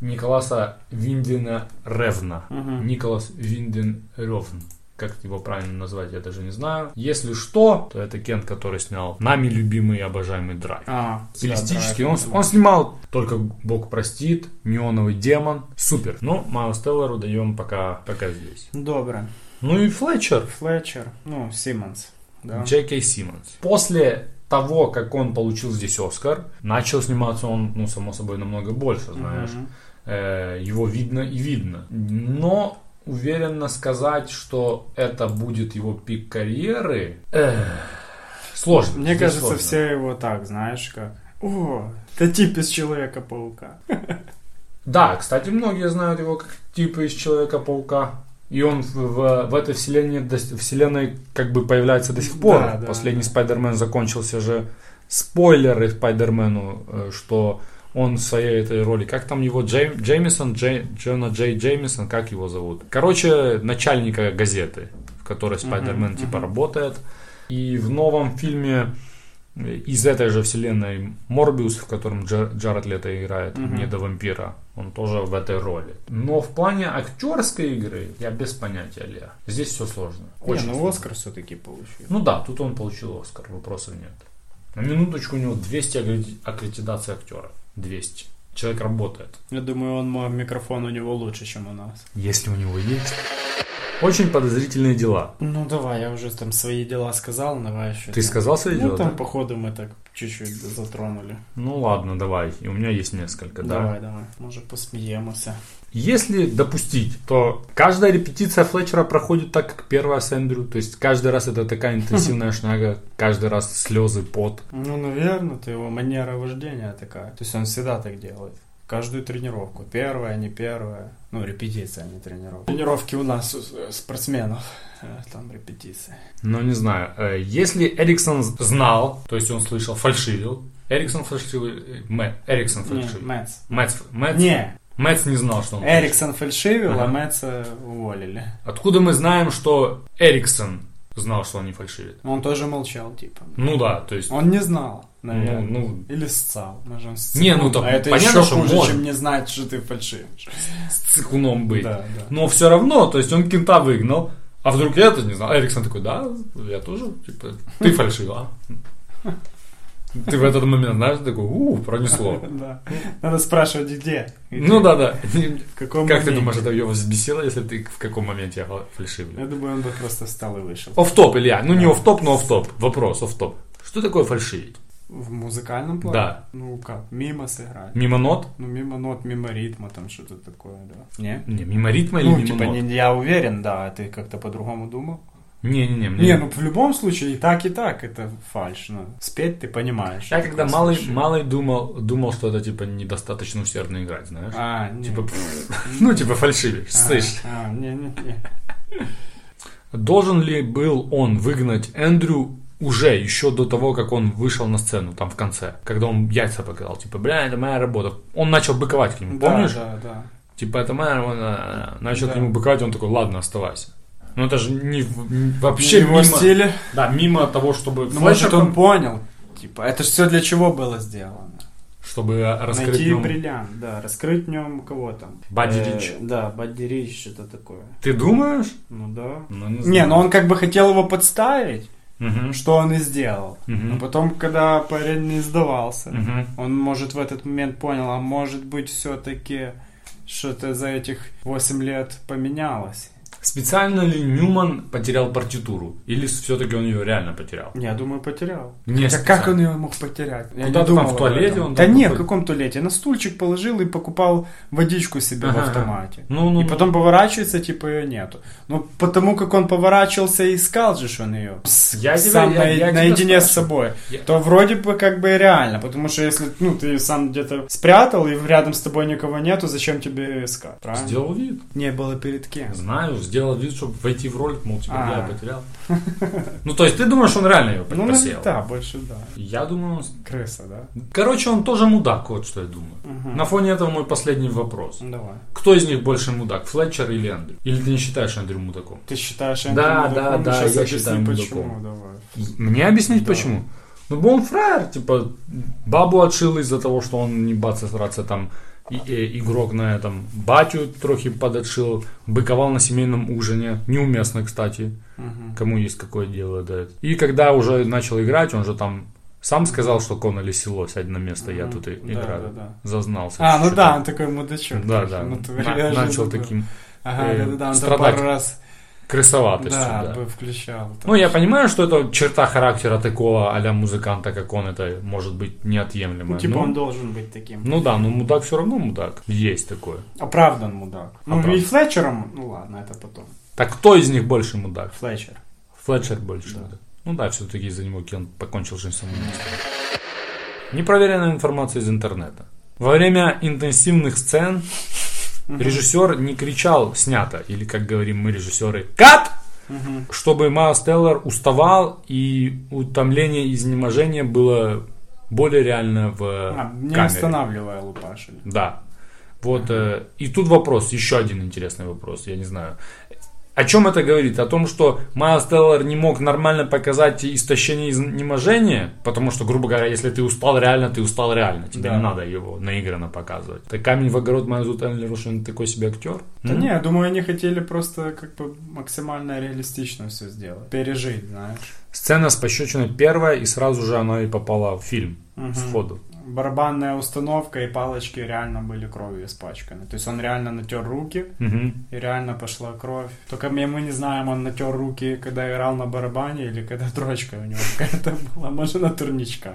Николаса Виндина Ревна.
Мгм.
Николас Винден Ревн. Как его правильно назвать, я даже не знаю. Если что, то это Кент, который снял нами любимый и обожаемый драйв.
А,
Стилистически.
да,
он,
да,
он снимал только Бог простит, Неоновый демон. Супер. Ну, Майлз Теллеру даем пока, пока здесь.
да. Добро.
Ну и Флетчер.
Флетчер, ну, Симмонс. Да.
Джей Кей Симмонс. После того, как он получил здесь Оскар, начал сниматься он, ну, само собой, намного больше, знаешь.
Мгм.
Э, его видно и видно. Но уверенно сказать, что это будет его пик карьеры, эх, сложно.
Мне
Здесь
кажется,
сложно.
все его так, знаешь, как... О, это тип из Человека-паука.
Да, кстати, многие знают его как типа из Человека-паука. И он в, в- в этой вселенной, до с- вселенной как бы появляется до сих пор.
Да, да,
Последний
да.
Спайдермен закончился же спойлеры Спайдермену, э, что он в своей этой роли, как там его, Джей- Джеймисон, Джей- Джона Джей Джеймисон, как его зовут? Короче, начальника газеты, в которой Спайдермен
Мгм,
типа
мгм.
работает. И в новом фильме из этой же вселенной Морбиус, в котором Джа- Джаред Лето играет,
Мгм.
не до вампира, он тоже в этой роли. Но в плане актерской игры я без понятия, Лео. Здесь все сложно.
Не,
Очень
ну
сложно.
Оскар все-таки получил.
Ну да, тут он получил Оскар, вопросов нет. На минуточку у него 200 аккреди- аккредитаций актера. 200. Человек работает.
Я думаю, он мо- микрофон у него лучше, чем у нас.
Если у него есть. Очень подозрительные дела.
Ну давай, я уже там свои дела сказал, давай еще.
Ты сказал свои
Ну
дела?
там,
да?
походу, мы так чуть-чуть затронули.
Ну ладно, давай. И у меня есть несколько, да.
Давай, давай. Может, посмеемся.
Если допустить, то каждая репетиция Флетчера проходит так, как первая с Эндрю. То есть каждый раз это такая интенсивная шняга, каждый раз слезы, пот.
Ну, наверное, это его манера вождения такая. То есть он всегда так делает. Каждую тренировку. Первая, не первая. Ну, репетиция, а не тренировка. Тренировки у нас э, спортсменов. э, Там репетиции.
Но не знаю, э, если Эриксон знал, то есть он слышал, фальшивил. Эриксон фальшивил, э, Мэ- Эриксон
Не,
фальшивил.
Мэтс.
Мэтс, ф- Мэтс-
Не,
Мэтс не знал, что он
Эриксон фальшивил, а
Ага.
Мэтса уволили.
фальшивит. Откуда мы знаем, что Эриксон знал, что он не фальшивит?
Он тоже молчал, типа.
Ну да, то есть...
Он не знал,
ну,
наверное.
ну,
Или сцал. Может, он сцал.
Не, ну, так
а это
понятно,
еще
что
хуже,
может.
чем не знать, что ты фальшивишь.
с цикуном быть.
Да, да.
Но все равно, то есть он кента выгнал, а вдруг я это не знал. А Эриксон такой, да, я тоже, типа, ты фальшила. (laughs) Ты в этот момент, знаешь, такой, у, пронесло.
Да. Надо спрашивать, где.
Ну да, да.
В каком
Как ты
моменте?
думаешь, это ее взбесило, если ты в каком моменте я фальшивлю?
Я думаю, он бы просто встал и вышел.
Оф-топ, Илья. Ну не оф-топ, но оф-топ. Вопрос, оф-топ. Что такое фальшивить?
В музыкальном плане?
Да.
Ну как, мимо сыграть.
Мимо нот?
Ну, мимо нот, мимо ритма, там что-то такое, да. Не?
Не, мимо ритма или
ну,
мимо
типа,
нот?
не, я уверен, да, а ты как-то по-другому думал?
Не-не-не. мне-
Не, ну, в любом случае, и так, и так, это фальш, ну, спеть ты понимаешь.
Я
что
когда
такое
малый,
слушаешь.
малый думал, думал, что это типа недостаточно усердно играть, знаешь?
А, не.
Типа, (laughs) пф, ну, типа фальшивишь,
А,
слышь.
А, не, не,
(laughs)
не.
Должен ли был он выгнать Эндрю уже, еще до того, как он вышел на сцену, там в конце, когда он яйца показал, типа, бля, это моя работа. Он начал быковать к нему,
Да,
помнишь?
Да, да.
Типа, это моя работа. Начал
Да.
к нему быковать, он такой, ладно, оставайся. Ну, это же не, в- м, вообще
Ну, Его
мимо... а
стиле.
Да, мимо того, чтобы...
Ну, может,
флешером-
он понял. Типа, это же все для чего было сделано.
Чтобы раскрыть...
Найти
ему-
бриллиант, да, раскрыть в нем кого там.
Бадди
Э,
Рич.
Да, Бадди Рич, что-то такое.
Ты думаешь?
Ну да.
Ну,
Не,
знаю.
ну он как бы хотел его подставить,
Мгм.
что он и сделал.
Мгм.
Но потом, когда парень не сдавался,
Мгм.
он, может, в этот момент понял, а может быть, все-таки что-то за этих 8 лет поменялось.
Специально ли Ньюман потерял партитуру? Или все-таки он ее реально потерял?
Я думаю, потерял.
Не
Да
специально.
как он ее мог потерять?
Куда-то
Я не
там
думал
в
об
туалете
этом.
он
Да
там
нет, в
какой-то-
каком туалете? На стульчик положил и покупал водичку себе в
Ага.
автомате.
Ну, ну,
И
ну.
потом поворачивается, типа ее нету. Но потому как он поворачивался и искал же ж он ее.
Я тебя-
сам
я-
на-
я тебя
наедине с
спрашиваю.
собой.
Я-
То вроде бы как бы реально. Потому что если ну ты сам где-то спрятал и рядом с тобой никого нету, зачем тебе её искать? Правильно?
Сделал вид.
Не было перед кем.
Знаю, сделал вид, чтобы войти в ролик, мол, типа,
А.
я
(laughs)
потерял. Ну, то есть ты думаешь, он реально ее
Ну,
посеял?
да, больше да.
Я думаю, он... с-
Крыса, да?
Короче, он тоже мудак, вот что я думаю. На фоне этого мой последний вопрос.
Ну, Давай.
Кто из них больше мудак, Флетчер или Эндрю? Или ты не считаешь Эндрю мудаком?
Ты считаешь
Да,
Энтони
да,
мудаком?
да,
Сейчас
я
объясни,
считаю
почему.
мудаком.
Давай.
Мне объяснить
Да.
почему? Ну, бо он фраер, типа, бабу отшил из-за того, что он не баца сраться там, и- э, игрок на этом, батю трохи подотшил, быковал на семейном ужине, неуместно, кстати, кому есть какое дело до этого. И когда уже начал играть, он же там сам сказал, что Конноли село, сядь на место, я тут и
Да,
играю.
да, да.
Зазнался.
А, ну
чуть-чуть.
да, он такой мудачок.
Да,
тоже.
да.
Ну, ты-
На-
я же
начал
забыл.
таким
Ага,
э,
да, да, да, он там
страдать
пару раз
крысоватостью.
да,
Да,
бы включал. там.
Ну, я понимаю, что это черта характера такого а-ля музыканта, как он, это может быть неотъемлемо.
Ну, типа
но-
он должен быть таким.
Ну да, но мудак все равно мудак. Есть такое.
Оправдан А мудак. Ну, и
Оправдан.
Флетчером, ну ладно, это потом.
Так кто из них больше мудак?
Флетчер.
Флетчер больше мудак. Ну да, все-таки из-за него Кен покончил жизнь самоубийством. Непроверенная информация из интернета. Во время интенсивных сцен режиссер не кричал «снято», или, как говорим мы, режиссеры, «кат!», чтобы Майлз Теллер уставал, и утомление и изнеможение было более реально в
А, не
камере.
останавливая Лупашина.
Да. Вот. э, И тут вопрос, еще один интересный вопрос, я не знаю. О чем это говорит? О том, что Майлз Теллер не мог нормально показать истощение и изнеможение, потому что, грубо говоря, если ты устал реально, ты устал реально. Тебе
Да.
не надо его наигранно показывать. Так камень в огород Майлзу Теллеру, что он такой себе актер?
Да
М?
не, я думаю, они хотели просто как бы максимально реалистично все сделать. Пережить, знаешь.
Сцена с пощечиной первая, и сразу же она и попала в фильм сходу.
Барабанная установка и палочки реально были кровью испачканы. То есть он реально натер руки,
Мгм.
И реально пошла кровь. Только мы, мы не знаем, он натер руки, когда играл на барабане, или когда дрочка у него какая-то была. Может, на турничках.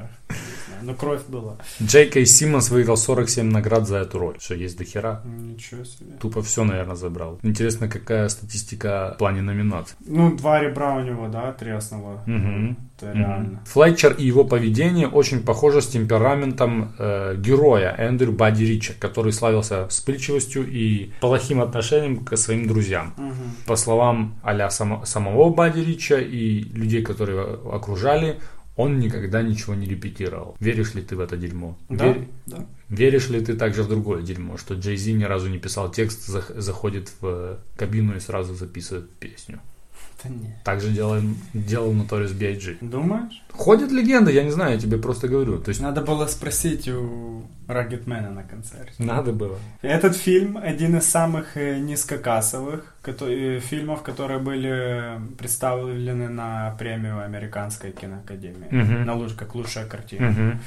но кровь была.
Джей Кей Симмонс выиграл 47 наград за эту роль. Что есть до хера?
Ничего себе.
Тупо все, наверное, забрал. Интересно, какая статистика в плане номинаций.
Ну, два ребра у него, да, треснуло.
Мгм.
Это реально.
Флетчер и его поведение очень похоже с темпераментом э, героя Эндрю Бадди Рича, который славился вспыльчивостью и плохим отношением к своим друзьям. По словам а-ля само- самого Бадди Рича и людей, которые окружали, он никогда ничего не репетировал. Веришь ли ты в это дерьмо?
Да?
Верь-
Да.
Веришь ли ты также в другое дерьмо, что Джей Зи ни разу не писал текст, зах- заходит в э, кабину и сразу записывает песню?
Да не.
Так же делал, делал Notorious B.I.G.
Думаешь?
Ходят легенды, я не знаю, я тебе просто говорю. То есть
Надо было спросить у Рагетмена на концерте.
надо было.
Этот фильм один из самых э, низкокассовых кото- э, фильмов, которые были представлены на премию Американской киноакадемии.
Мгм.
На луч, как лучшая картина.
Мгм.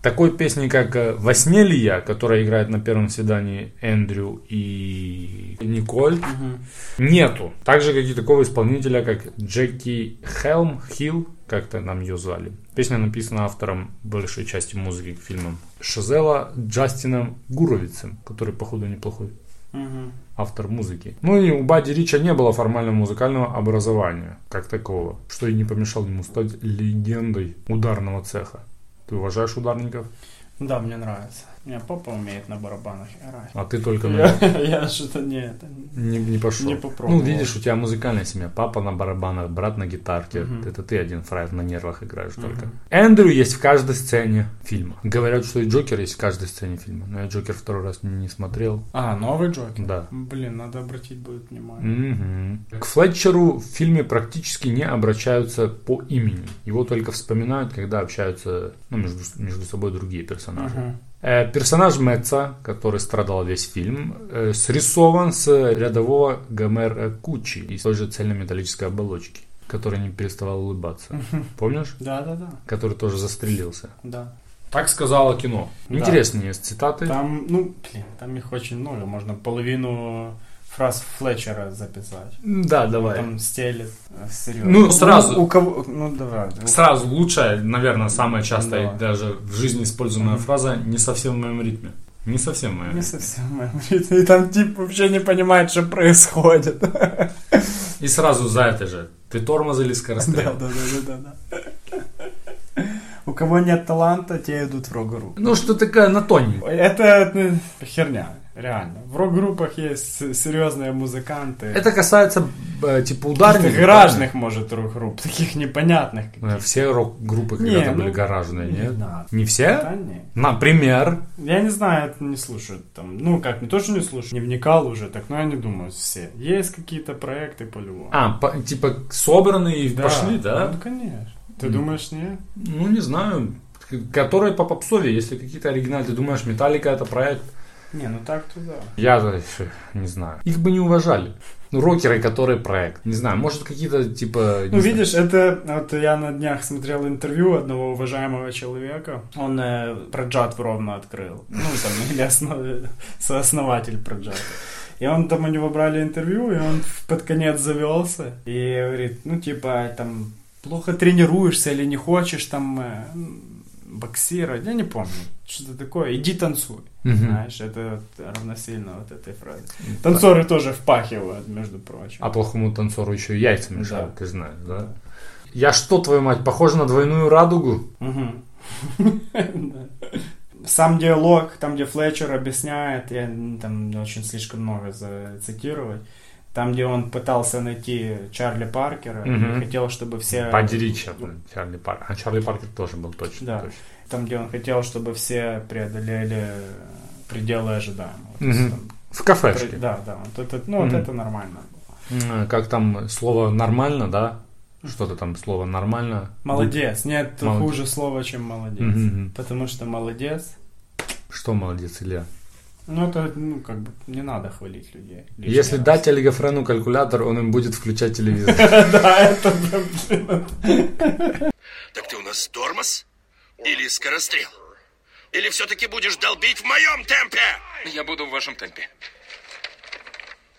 Такой песни, как э, «Во сне ли я», которая играет на первом свидании Эндрю и Николь,
Мгм.
нету. Так же, как и такого исполнителя, как Джеки Хелм, Хилл, как-то нам ее звали. Песня написана автором большей части музыки к фильмам Шизела Джастином Гуровицем, который, походу, неплохой
Мгм.
автор музыки. Ну и у Бадди Рича не было формального музыкального образования, как такого, что и не помешало ему стать легендой ударного цеха. Ты уважаешь ударников,
Да, мне нравится. У меня папа умеет на барабанах играть.
а ты только на-
Я, (laughs) я что-то не это.
не, не пошел.
Не попробовал.
Ну, видишь, у тебя музыкальная семья. Папа на барабанах, брат на гитарке. Это ты один фраер на нервах играешь только. Эндрю есть в каждой сцене фильма. Говорят, что и Джокер есть в каждой сцене фильма. Но я Джокер второй раз не смотрел.
А, новый Джокер?
Да.
Блин, надо обратить будет внимание.
Мгм. К Флетчеру в фильме практически не обращаются по имени. Его только вспоминают, когда общаются ну, между, между собой другие персонажи.
Мгм.
Э, персонаж Мэтца, который страдал весь фильм, э, срисован с рядового Гомера Кучи из той же цельнометаллической оболочки, который не переставал улыбаться. Помнишь?
Да-да-да,
Который тоже застрелился.
да.
Так сказала кино.
Да.
Интересные есть цитаты.
Там, ну, блин, там их очень много. Можно половину фраз Флетчера записать.
Да, давай.
Там стелет. э, серьезно.
Ну, сразу.
У кого... Ну, давай. У-
Сразу лучшая, наверное, самая частая
Да.
даже в жизни используемая фраза «не совсем в моем ритме». Не совсем в моем
Не
ритме.
совсем. (laughs) И там тип вообще не понимает, что происходит. (laughs)
И сразу за это же. Ты тормоз или
Да, да,
скорострел?
да, да, да, да. У кого нет таланта, те идут в рок-группу.
Ну, что такая на тоненькая.
Это ну, херня, реально. В рок-группах есть с- серьезные музыканты.
Это касается, э, типа, ударников.
Каких-то гаражных, может, рок-групп, таких непонятных.
Э, Все рок-группы
Не,
когда-то
ну,
были гаражные,
не
нет?
надо.
Не все?
Да, не.
Например,
Я не знаю, это не слушают там. Ну, как, не тоже не слушаю, не вникал уже, так, но я не думаю, все. Есть какие-то проекты по-любому.
а, по- типа, собранные и пошли, да?
Ну, конечно. Ты думаешь, нет?
Ну, не знаю, к- которые по попсове, если какие-то оригинальные, ты думаешь, Металлика это проект,
Не, ну так туда.
Я за- ф, не знаю. Их бы не уважали. Ну, рокеры, которые проект. Не знаю, может, какие-то, типа... не
Ну,
знаю.
видишь, это... Вот я на днях смотрел интервью одного уважаемого человека. Он э, Проджатву ровно открыл. Ну, там, (laughs) или основ- сооснователь Проджата. И он там у него брали интервью, и он в- под конец завелся. И говорит, ну, типа, там, плохо тренируешься или не хочешь там э, боксировать. Я не помню, что-то такое. Иди танцуй.
Мгм.
Знаешь, это вот равносильно вот этой фразе. Танцоры тоже впахивают, между прочим.
А плохому танцору еще и яйца мешают,
Да.
ты знаешь, да? Я что, твою мать, похож на двойную радугу?
Мгм. (laughs) Да. Сам диалог, там, где Флетчер объясняет, я м, там не очень слишком много зацитировать, там, где он пытался найти Чарли Паркера,
Мгм.
и хотел, чтобы все...
Бадди Рича, блин, Чарли Паркер. А Чарли Паркер тоже был точно.
Да.
точно.
Там, где он хотел, чтобы все преодолели пределы ожидаемого. То
Мгм.
есть там
В
пр-
кафешке.
Да, да, вот это, ну, вот
Мгм.
это нормально. было.
М, Как там слово «нормально», да? Что-то там слово «нормально».
Молодец. Нет
Молодец.
хуже слова, чем молодец.
Мгм.
Потому что молодец,
Что молодец, Илья?
ну, это, ну, как бы, не надо хвалить людей. лишний
Если
раз.
дать олигофрену калькулятор, он им будет включать телевизор. (laughs)
Да, это, блин,
Так ты у нас тормоз? Или скорострел? Или все-таки будешь долбить в моем темпе?
Я буду в вашем темпе.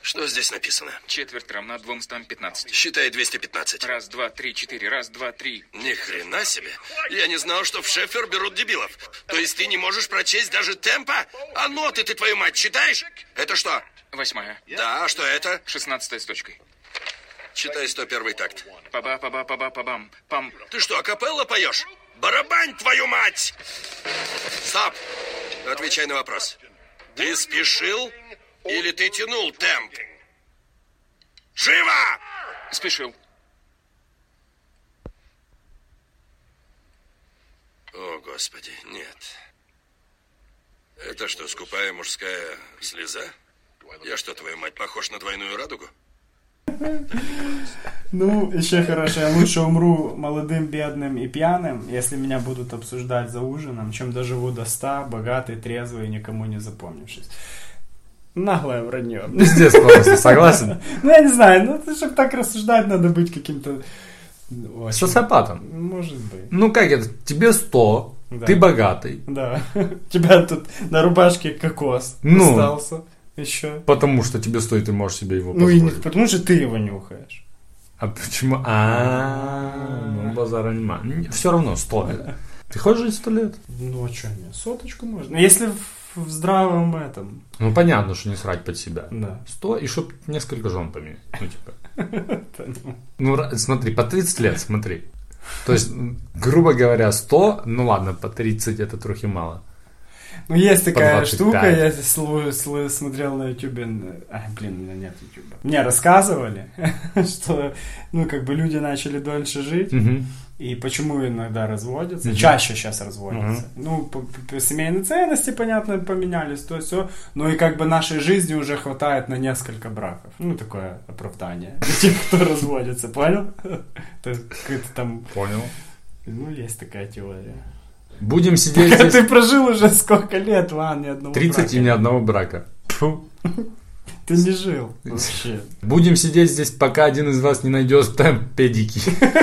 Что здесь написано?
Четверть равна 215.
Считай 215.
Раз, два, три, четыре. Раз, два, три.
Ни хрена себе. Я не знал, что в Шефер берут дебилов. То есть ты не можешь прочесть даже темпа? А ноты ты, твою мать, читаешь? Это что?
Восьмая.
Да, а что это?
Шестнадцатая с точкой.
Читай 101 такт.
Паба, паба, паба, пабам. Пам.
Ты что, акапелла поешь? Барабань, твою мать! Стоп! Отвечай на вопрос. Ты спешил или ты тянул темп? Живо!
Спешил.
О, господи, нет. Это что, скупая мужская слеза? Я что, твою мать, похож на двойную радугу?
Ну, еще хорошо, я лучше умру молодым, бедным и пьяным, если меня будут обсуждать за ужином, чем доживу до ста, богатый, трезвый и никому не запомнившись. Наглое вранье.
Пиздец просто, согласен?
Ну, я не знаю, ну, чтобы так рассуждать, надо быть каким-то... очень-
Социопатом.
Может быть.
Ну как это? Тебе 100,
Да.
ты богатый,
Да. (laughs) У тебя тут на рубашке кокос
Ну.
остался еще.
потому что тебе стоит, ты можешь себе его
Ну, и не-
позволить.
потому что ты его нюхаешь.
А почему? А, ну базара нема. Все равно
(laughs)
100 лет. Ты хочешь жить 100 лет?
Ну, а что мне, соточку можно. Если в, в здравом этом,
Ну понятно, что не срать под себя.
да.
100 и чтоб несколько жен поменять. Ну, типа. Ну, ра- смотри, по 30 лет, смотри. То есть, м, грубо говоря, 100, ну ладно, по 30 это трохи мало.
Ну, есть такая
25.
штука, я слу- слу- смотрел на ютубе, а, блин, у меня нет ютуба. Мне рассказывали, (laughs) что, ну, как бы люди начали дольше жить,
Мгм.
и почему иногда разводятся, чаще сейчас разводятся. Ну, по- по- по- семейные ценности, понятно, поменялись, то все. Ну, и как бы нашей жизни уже хватает на несколько браков. Ну, такое оправдание для тех, кто (laughs) разводится, понял? (laughs) То есть, какой-то там,
Понял.
ну, есть такая теория.
Будем сидеть
(laughs) Ты
здесь
прожил уже сколько лет, Ван, ни одного
30
брака.
и ни одного брака. Тьфу.
Ты не жил
(laughs)
вообще.
Будем сидеть здесь, пока один из вас не найдет там педики. (laughs)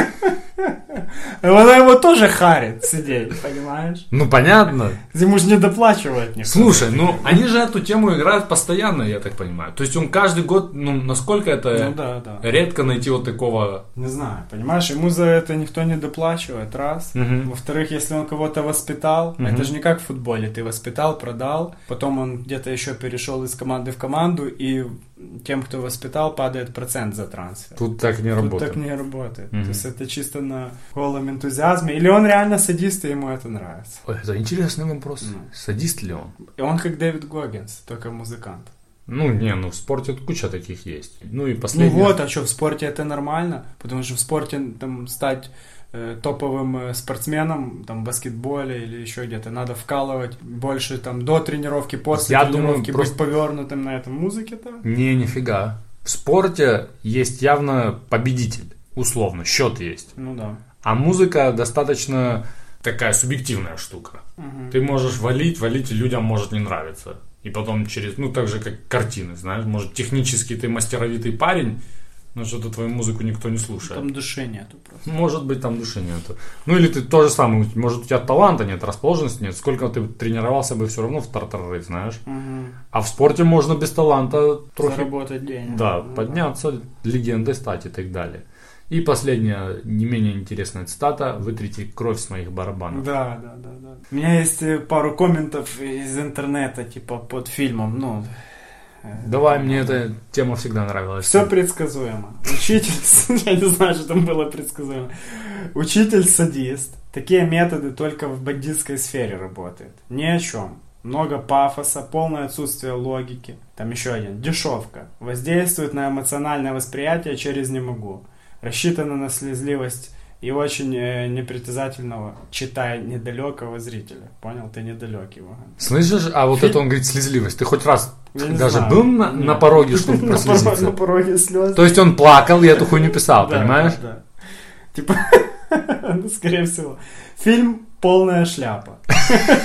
Она его тоже харит сидеть, понимаешь?
Ну, понятно.
Ему же не доплачивает никто.
Слушай, ну, они же эту тему играют постоянно, я так понимаю. То есть, он каждый год, ну, насколько
Ну
это
да, да.
редко найти вот такого...
Не знаю, понимаешь, ему за это никто не доплачивает, раз.
Мгм.
Во-вторых, если он кого-то воспитал, это же не как в футболе, ты воспитал, продал, потом он где-то еще перешел из команды в команду, и тем, кто воспитал, падает процент за трансфер.
Тут так не
Тут
работает.
так не работает. То есть это чисто на голом энтузиазме. Или он реально садист, и ему это нравится.
Ой, это интересный вопрос.
Ну.
Садист ли он?
И он как Дэвид Гоггинс, только музыкант.
Ну, не, ну в спорте куча таких есть. Ну и
Ну
последнее.
вот, а что, в спорте это нормально? Потому что в спорте там стать э, топовым э, спортсменом, там, в баскетболе или еще где-то, надо вкалывать больше там до тренировки, после
Я думаю,
тренировки,
просто-
быть повернутым на этом музыке-то.
Не, нифига. В спорте есть явно победитель, условно, счет есть.
Ну да.
А музыка достаточно такая субъективная штука. Ты можешь валить, валить, и людям может не нравиться. И потом через, ну так же, как картины, знаешь, может технически ты мастеровитый парень, но что-то твою музыку никто не слушает.
Там души нету просто.
Может быть, там души нету. Ну или ты то же самое, может у тебя таланта нет, расположенности нет, сколько ты тренировался бы все равно в тартары, знаешь. А в спорте можно без таланта трохи,
Заработать денег.
да,
Ну
подняться, легендой стать и так далее. И последняя, не менее интересная цитата. Вытрите кровь с моих барабанов.
Да, да, да, да. У меня есть э, пару комментов из интернета, типа, под фильмом, ну,
Давай, мне эта тема всегда нравилась.
Все предсказуемо. Учитель, (laughs) я не знаю, что там было предсказуемо. Учитель садист. Такие методы только в бандитской сфере работают. Ни о чем. Много пафоса, полное отсутствие логики. Там еще один. Дешевка. Воздействует на эмоциональное восприятие через «не могу». Рассчитана на слезливость и очень э, непритязательного, читая недалекого зрителя. Понял? Ты недалекий, Ваган.
Слышишь, а вот
Фи-
это он говорит слезливость. Ты хоть раз
Я не
даже
знаю.
был на, на
Нет. (laughs)
пороге, чтобы
На порог- На
прослезиться?
пороге слез.
То есть он плакал, я эту хуйню писал,
Да,
понимаешь?
да, да. Типа, (laughs) ну, скорее всего. Фильм «Полная шляпа».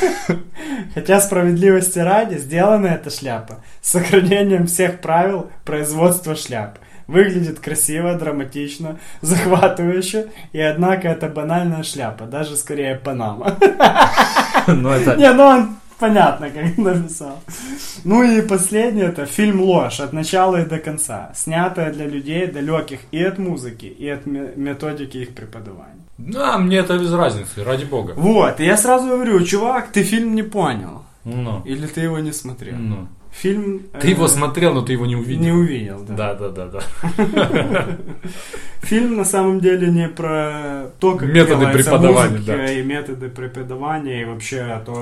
(laughs) Хотя справедливости ради сделана эта шляпа с сохранением всех правил производства шляп. Выглядит красиво, драматично, захватывающе, и однако это банальная шляпа, даже скорее Панама.
(laughs) Ну, это...
Не, ну он Понятно, как написал. Ну и последнее, это фильм «Ложь» от начала и до конца, снятая для людей, далеких и от музыки, и от ме- методики их преподавания.
Да, мне это без разницы, ради бога.
Вот, и я сразу говорю, чувак, ты фильм не понял.
Ну,
Или ты его не смотрел.
ну.
Фильм...
Ты
э,
его смотрел, но ты его не увидел.
Не увидел, да.
Да, да, да, да.
Фильм на самом деле не про то, как
Методы
делается
преподавания,
музыка
да.
и методы преподавания, и вообще то,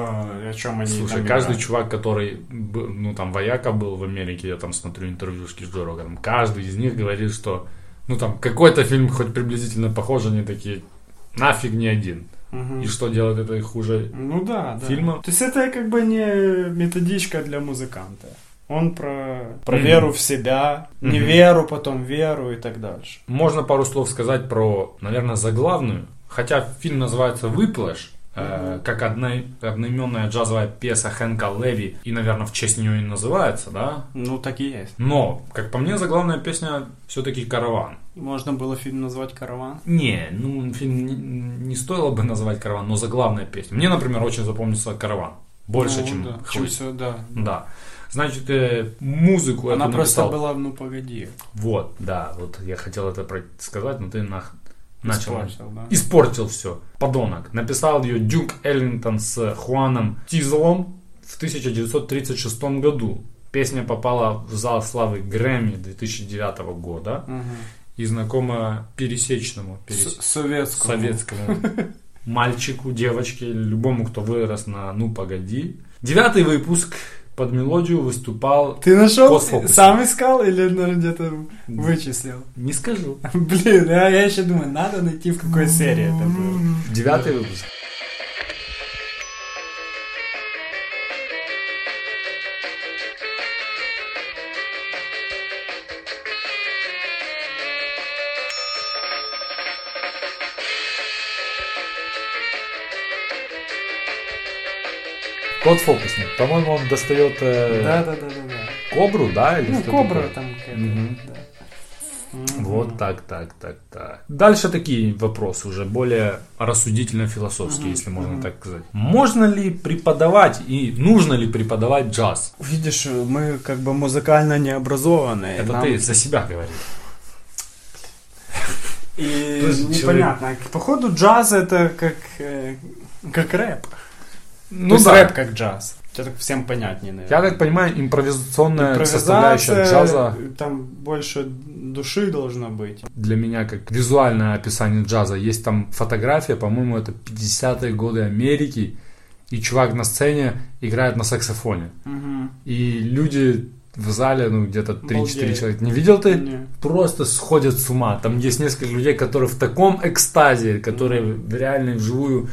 о чем они
Слушай,
там
каждый
играют.
чувак, который, был, ну, там, вояка был в Америке, я там смотрю интервьюшки с Джо Роганом, каждый из них говорит, что, ну, там, какой-то фильм хоть приблизительно похож, они такие, нафиг не один. И что делает это их хуже?
Ну да, да.
Фильма.
То есть это как бы не методичка для музыканта. Он про, про веру в себя, неверу, потом веру и так дальше.
Можно пару слов сказать про, наверное, заглавную, хотя фильм называется «Выплэш», э, как одна, одноименная джазовая пьеса Хэнка Леви, и, наверное, в честь нее и называется, да?
Ну так и есть.
Но, как по мне, заглавная песня все-таки «Караван».
Можно было фильм назвать «Караван».
Не, ну фильм не, не стоило бы называть караван, но заглавная песня. Мне, например, очень запомнился караван. Больше,
Ну,
чем Ну,
да.
«Хлыст».
всё, да.
Да. Значит, э, музыку
Она
эту
просто
написал-
была, ну погоди.
Вот, да, вот я хотел это про- сказать, но ты нах... начал.
Испортил, да.
Испортил все. Подонок. Написал ее Дюк Эллингтон с Хуаном Тизелом в 1936 году. Песня попала в зал славы Грэмми 2009 года и знакома пересечному. перес-
С- Советскую.
советскому (laughs) мальчику, девочке, любому, кто вырос на «Ну, погоди». Девятый выпуск под мелодию выступал...
Ты нашел?
Косфокус.
Сам искал или ну, где-то вычислил? (laughs)
Не скажу.
Блин, я, я еще думаю, надо найти в какой серии это было.
Девятый выпуск. Кот фокусник. По-моему, он достает э,
Да, да, да, да, да.
кобру, да? или
Ну,
что
кобра
такое?
там какая-то.
Мгм.
да.
Вот так, так, так, так. Дальше такие вопросы уже более рассудительно-философские, если можно так сказать. Можно ли преподавать и нужно ли преподавать джаз?
Видишь, мы как бы музыкально необразованные.
Это
нам-
ты за себя говоришь.
И
Тоже
непонятно. Походу джаз это как, э, как рэп.
Ну
То есть
да.
рэп как джаз. Это так всем понятнее,
Я
наверное.
так понимаю, импровизационная составляющая
Импровизация,
джаза
там больше души должно быть.
для меня как визуальное описание джаза. Есть там фотография, по-моему, это 50-е годы Америки, и чувак на сцене играет на саксофоне. И люди в зале, ну, где-то 3-4
Обалдеют.
человека. Не видел ты?
Не.
Просто сходят с ума. Там есть несколько людей, которые в таком экстазе, которые в- реально и вживую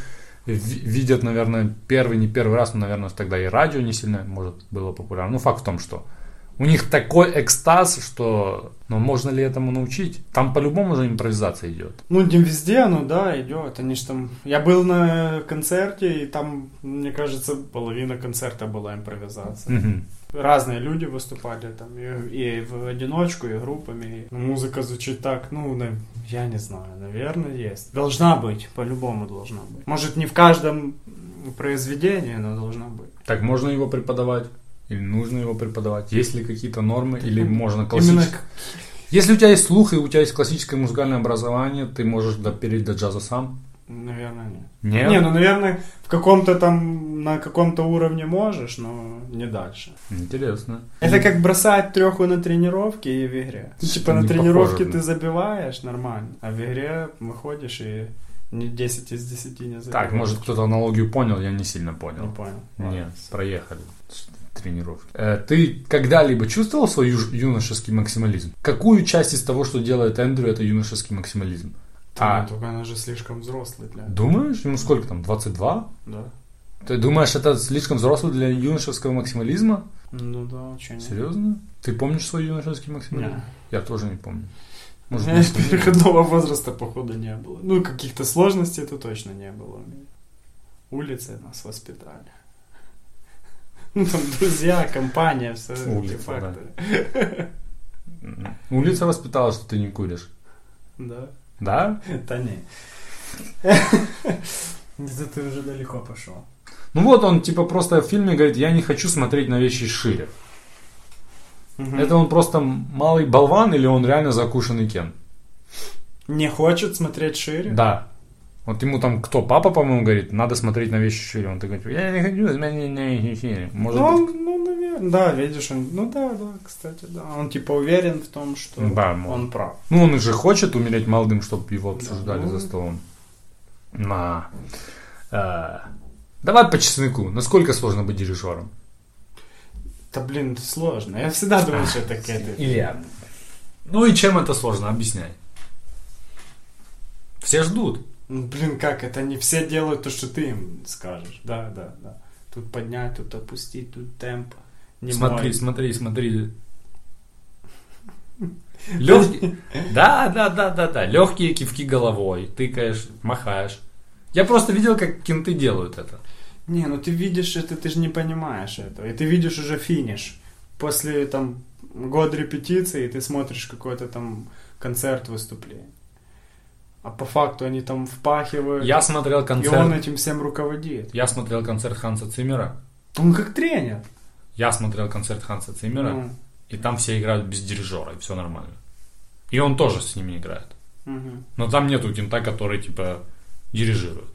ви- видят, наверное, первый, не первый раз, но, наверное, тогда и радио не сильно, может, было популярно. Но факт в том, что у них такой экстаз, что... Но можно ли этому научить? Там по-любому же импровизация идет.
Ну, не везде, но да, идет. Они ж там... Я был на концерте, и там, мне кажется, половина концерта была импровизация.
Мгм.
Разные люди выступали там, и, и в одиночку, и группами. Но музыка звучит так, ну, на- я не знаю, наверное, есть. Должна быть, по-любому должна быть. Может, не в каждом м, произведении, но должна быть.
Так можно его преподавать? Или нужно его преподавать? Есть ли какие-то нормы? Или можно
ну, Именно
классически? Если у тебя есть слух и у тебя есть классическое музыкальное образование, ты можешь допереть до джаза сам?
Наверное, нет.
Нет?
Не, ну, наверное, в каком-то там, на каком-то уровне можешь, но не дальше.
Интересно.
Это как бросать треху на тренировке и в игре. Ну, Типа на
не
тренировке
похоже,
ты
да.
забиваешь нормально, а в игре выходишь и не 10 из 10 не забиваешь.
Так, может кто-то аналогию понял, я не сильно понял.
Не понял.
Ну, Нет, проехали тренировки. Э, Ты когда-либо чувствовал свой юж- юношеский максимализм? Какую часть из того, что делает Эндрю, это юношеский максимализм?
А,
А,
только она же слишком взрослый для...
думаешь, ему сколько там, 22?
Да.
Ты думаешь, это слишком взрослый для юношеского максимализма?
Ну да, очень.
Серьезно? Ты помнишь свой юношеский максимализм?
Не.
Я тоже не помню.
У (laughs)
Может,
меня
не помню.
переходного возраста, походу, не было. Ну, каких-то сложностей это точно не было у меня. Улицы нас воспитали. (laughs) Ну, там друзья, компания, все эти
Улица, да.
факторы.
улица воспитала, что ты не куришь.
Да.
Да?
Да не. Это ты уже далеко пошел.
Ну вот он типа просто в фильме говорит, я не хочу смотреть на вещи шире. Это он просто малый болван или он реально закушенный Кен?
Не хочет смотреть шире?
Да. Вот ему там кто, папа, по-моему, говорит, надо смотреть на вещи шире. Он такой, типа, я не хочу смотреть на вещи шире. Может
Ну,
быть,
он, ну, наверное, да, видишь, он, ну да, да, кстати, да. Он типа уверен в том, что
Да, ну.
он прав.
Ну, он же хочет умереть молодым, чтобы его обсуждали
ну.
за столом. На. Э, давай по чесноку. Насколько сложно быть дирижером?
Да блин, это сложно. Я всегда
А,
думал, что это какая-то...
Илья. Ну и чем это сложно? Объясняй. Все ждут.
Ну, Блин, как, это не все делают то, что ты им скажешь. Да, да, да. Тут поднять, тут опустить, тут темп. Не
смотри,
мой.
смотри,
(laughs)
смотри. Легкие. Да, да, да, да, да. Легкие кивки головой. Тыкаешь, махаешь. Я просто видел, как кенты делают это.
Не, ну ты видишь это, ты же не понимаешь этого. И ты видишь уже финиш. После там год репетиции ты смотришь какой-то там концерт выступление. А по факту они там впахивают.
Я смотрел
И он
концерт.
этим всем руководит.
Я смотрел концерт Ханса Циммера.
Он как тренер.
Я смотрел концерт Ханса Циммера,
Ну.
и там все играют без дирижера, и все нормально. И он тоже с ними играет.
Мгм.
Но там нету кента, который типа дирижирует.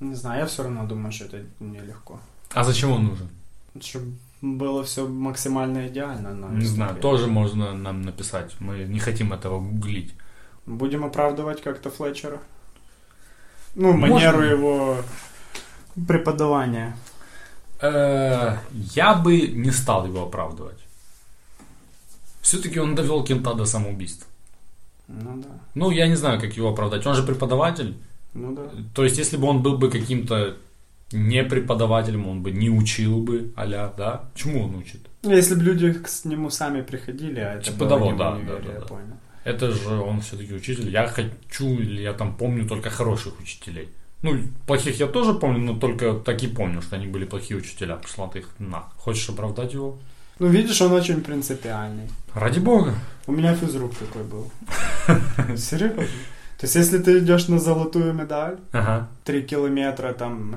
Не знаю, я все равно думаю, что это нелегко.
А зачем он нужен?
Чтобы было все максимально идеально. на
Не знаю,
выступлении.
тоже можно нам написать. Мы не хотим этого гуглить.
Будем оправдывать как-то Флетчера. Ну,
Можно.
манеру его преподавания.
Э, Я бы не стал его оправдывать. Все-таки он довел кента до самоубийства.
Ну да,
Ну, я не знаю, как его оправдать. Он же преподаватель.
ну да.
То есть, если бы он был бы каким-то не преподавателем, он бы не учил бы, а-ля, да? Чему он учит?
Ну, Если бы люди к с- нему сами приходили, а это
Типа
было
того,
не в
да,
универе,
да, да,
я
да.
понял.
Это же он все-таки учитель. Я хочу, или я там помню только хороших учителей. Ну, плохих я тоже помню, но только так и помню, что они были плохие учителя. Пошла ты их на. Хочешь оправдать его?
Ну, видишь, он очень принципиальный.
Ради бога.
У меня физрук такой
(laughs)
был. Серьезно? То есть, если ты идешь на золотую медаль,
Ага.
3 километра, там,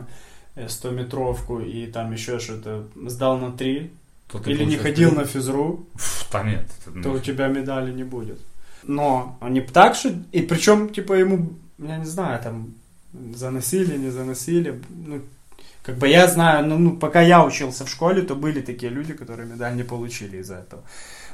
100 метровку и там еще что-то сдал на 3,
То ты
или не
получаешь
ходил
три.
на физру,
Фу, да нет. это
то у
нафиг.
тебя медали не будет. Но они б так что... И причем, типа, ему, я не знаю, там, заносили, не заносили. Ну, как бы я знаю, ну, ну, пока я учился в школе, то были такие люди, которые медаль не получили из-за этого.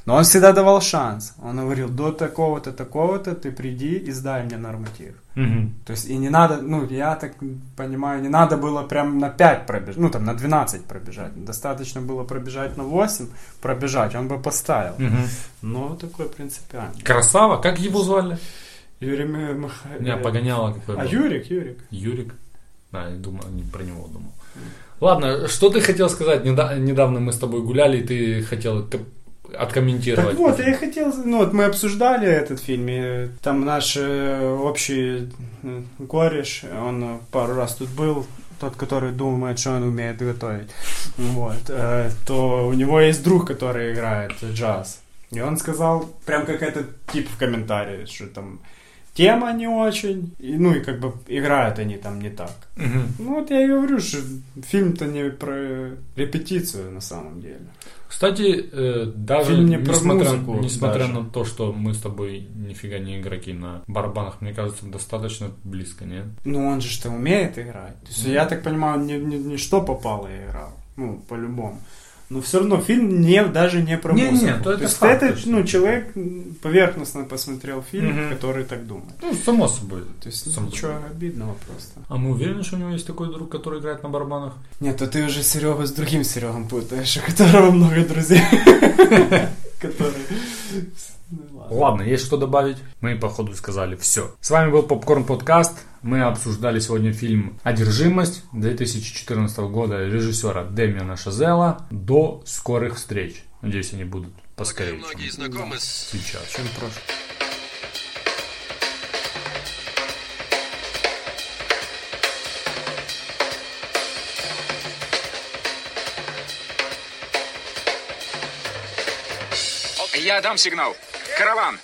Но он всегда давал шанс. Он говорил, до такого-то, такого-то ты приди и сдай мне норматив.
Мгм.
То есть, и не надо, ну, я так понимаю, не надо было прям на 5 пробежать, ну, там, на 12 пробежать. Достаточно было пробежать на 8, пробежать, он бы поставил.
Мгм.
Но такой принципиальный.
Красава, как его звали?
Юрий Михайлович.
Я погоняла какой
А
был.
Юрик, Юрик.
Юрик. Да, я думал, не про него думал. Ладно, что ты хотел сказать? Неда- Недавно мы с тобой гуляли, и ты хотел ко-
Так
откомментировать.
вот, я и хотел... Ну, вот мы обсуждали этот фильм, и там наш э, общий э, кореш, он э, пару раз тут был, тот, который думает, что он умеет готовить, вот, э, то у него есть друг, который играет джаз. И он сказал, прям как этот тип в комментарии, что там тема не очень, и, ну, и как бы играют они там не так.
Мгм.
Ну вот я и говорю, что фильм-то не про репетицию на самом деле.
Кстати, э, даже
Фильм не про
несмотря,
музыку
несмотря
даже.
на то, что мы с тобой нифига не игроки на барабанах, мне кажется, достаточно близко, нет?
Ну он же что умеет играть. То есть, я так понимаю, он не, не- не что попало и играл. Ну, по-любому. Но все равно фильм не, даже не про
Не-не,
музыку.
то это
есть
факт,
это,
точно.
ну, человек м, поверхностно посмотрел фильм,
Мгм.
который так думает.
Ну, само собой.
То есть ну,
Само
ничего
собой.
обидного просто.
А мы уверены, что у него есть такой друг, который играет на барабанах?
Нет, то ты уже Серегу с другим Серегом путаешь, у которого много друзей. (laughs) Который... Ну, ладно.
Ладно, есть что добавить? Мы, походу, сказали все. С вами был Попкорн Подкаст. Мы обсуждали сегодня фильм «Одержимость» 2014 года режиссера Дэмиана Шазела. До скорых встреч. Надеюсь, они будут поскорее,
Многие
чем
знакомы с
сейчас.
Чем проще.
Я дам сигнал. Караван.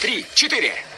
Три, четыре.